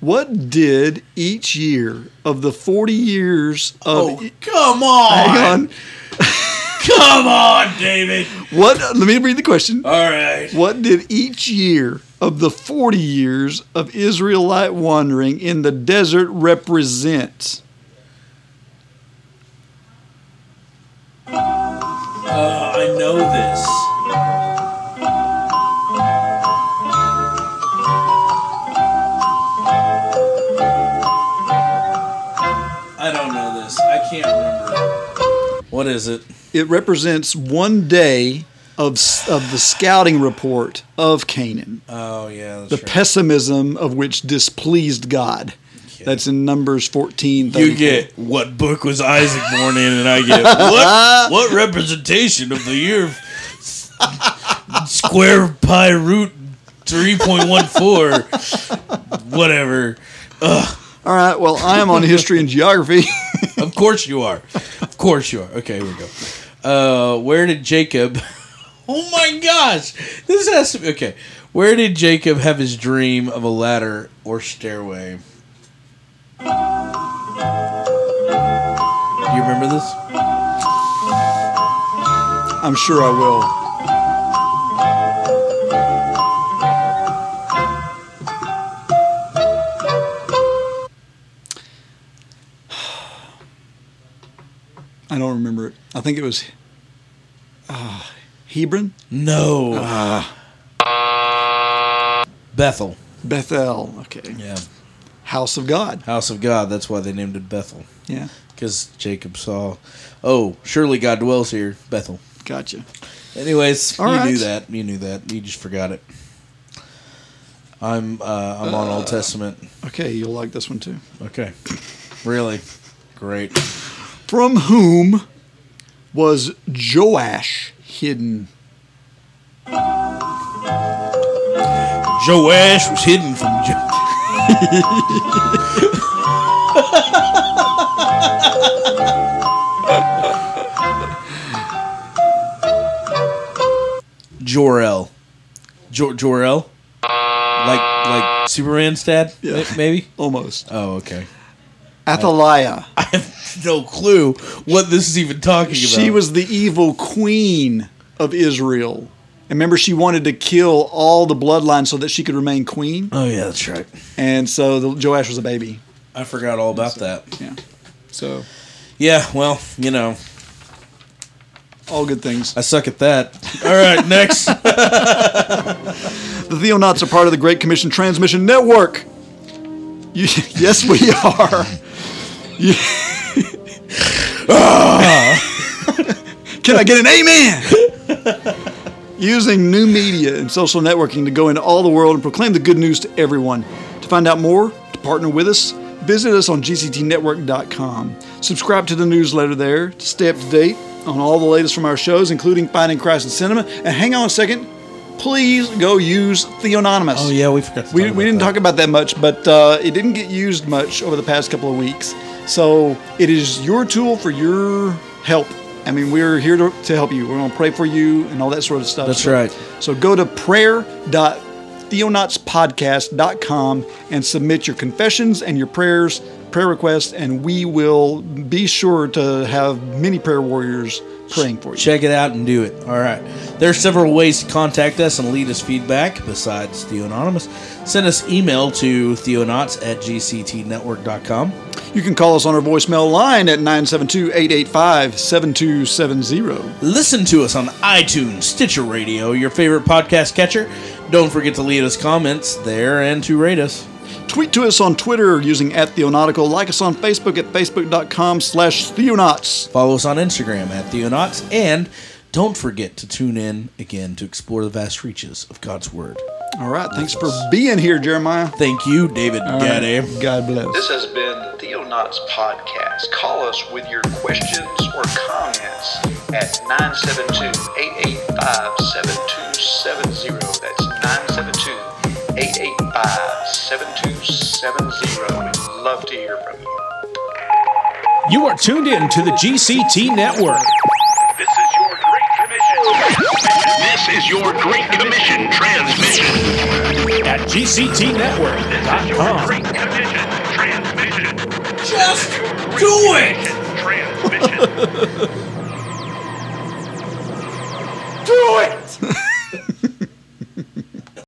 Speaker 1: what did each year of the forty years of?
Speaker 2: Oh, come on,
Speaker 1: Hang on.
Speaker 2: come on, David.
Speaker 1: What? Let me read the question.
Speaker 2: All right.
Speaker 1: What did each year of the 40 years of Israelite wandering in the desert represent?
Speaker 2: Uh, I know this. I don't know this. I can't remember. What is it?
Speaker 1: It represents one day of, of the scouting report of Canaan,
Speaker 2: Oh yeah,
Speaker 1: the
Speaker 2: that's right.
Speaker 1: pessimism of which displeased God. That's in Numbers 14.
Speaker 2: You
Speaker 1: 34.
Speaker 2: get what book was Isaac born in, and I get what what representation of the year of s- square pi root three point one four, whatever.
Speaker 1: All right, well, I am on history and geography.
Speaker 2: Of course you are. Of course you are. Okay, here we go. Uh, where did Jacob? Oh my gosh, this has to be okay. Where did Jacob have his dream of a ladder or stairway? Do you remember this?
Speaker 1: I'm sure I will. I don't remember it. I think it was uh, Hebron,
Speaker 2: No. Bethel.
Speaker 1: Bethel. Okay.
Speaker 2: Yeah.
Speaker 1: House of God.
Speaker 2: House of God. That's why they named it Bethel.
Speaker 1: Yeah.
Speaker 2: Because Jacob saw, oh, surely God dwells here, Bethel.
Speaker 1: Gotcha.
Speaker 2: Anyways,
Speaker 1: All
Speaker 2: you
Speaker 1: right.
Speaker 2: knew that. You knew that. You just forgot it. I'm uh, I'm on Old Testament.
Speaker 1: Okay, you'll like this one too.
Speaker 2: Okay. Really? Great.
Speaker 1: From whom was Joash hidden?
Speaker 2: Joash was hidden from. Jo- Jor-El, Jor Jor-El, like like Superman's dad,
Speaker 1: Yeah.
Speaker 2: ma- maybe.
Speaker 1: Almost.
Speaker 2: Oh, okay.
Speaker 1: Athaliah.
Speaker 2: I have no clue what this is even talking about.
Speaker 1: She was the evil queen of Israel. And remember, she wanted to kill all the bloodline so that she could remain queen.
Speaker 2: Oh yeah, that's right.
Speaker 1: And so the, Joash was a baby.
Speaker 2: I forgot all about that.
Speaker 1: Yeah. So,
Speaker 2: Yeah, well, you know,
Speaker 1: all good things.
Speaker 2: I suck at that. All right, next.
Speaker 1: The Theonauts are part of the Great Commission Transmission Network. You, yes, we are. You- Can I get an amen? Using new media and social networking to go into all the world and proclaim the good news to everyone. To find out more, to partner with us, visit us on gctnetwork.com. Subscribe to the newsletter there to stay up to date on all the latest from our shows, including Finding Christ in Cinema. And hang on a second, please go use Theonymous.
Speaker 2: Oh yeah, we forgot. To
Speaker 1: We,
Speaker 2: talk
Speaker 1: we
Speaker 2: about
Speaker 1: didn't
Speaker 2: that.
Speaker 1: talk about that much, but uh, it didn't get used much over the past couple of weeks. So it is your tool for your help. I mean, we're here to, to help you. We're going to pray for you and all that sort of stuff.
Speaker 2: That's
Speaker 1: So-
Speaker 2: right.
Speaker 1: So go to prayer.theonautspodcast.com and submit your confessions and your prayers, prayer requests, and we will be sure to have many prayer warriors praying for you.
Speaker 2: Check it out and do it. All right. There are several ways to contact us and lead us feedback besides Theo Anonymous. Send us email to theonauts at gctnetwork.com.
Speaker 1: You can call us on our voicemail line at 972 885 7270.
Speaker 2: Listen to us on iTunes, Stitcher Radio, your favorite podcast catcher. Don't forget to leave us comments there and to rate us.
Speaker 1: Tweet to us on Twitter using at Theonautical. Like us on Facebook at facebook.com slash Theonauts.
Speaker 2: Follow us on Instagram at Theonauts. And don't forget to tune in again to explore the vast reaches of God's Word.
Speaker 1: All right. Thanks for being here, Jeremiah.
Speaker 2: Thank you, David Gaddy.
Speaker 1: God bless.
Speaker 5: This has been the Theonauts Podcast. Call us with your questions or comments at 972 885 7270. That's 972 885 7270. We'd love to hear from you.
Speaker 9: You are tuned in to the GCT Network.
Speaker 10: This is your Great Commission. This is your Great Commission transmission.
Speaker 9: At GCT Network.
Speaker 10: This is your Great Commission transmission.
Speaker 2: Just
Speaker 10: do it. Transmission.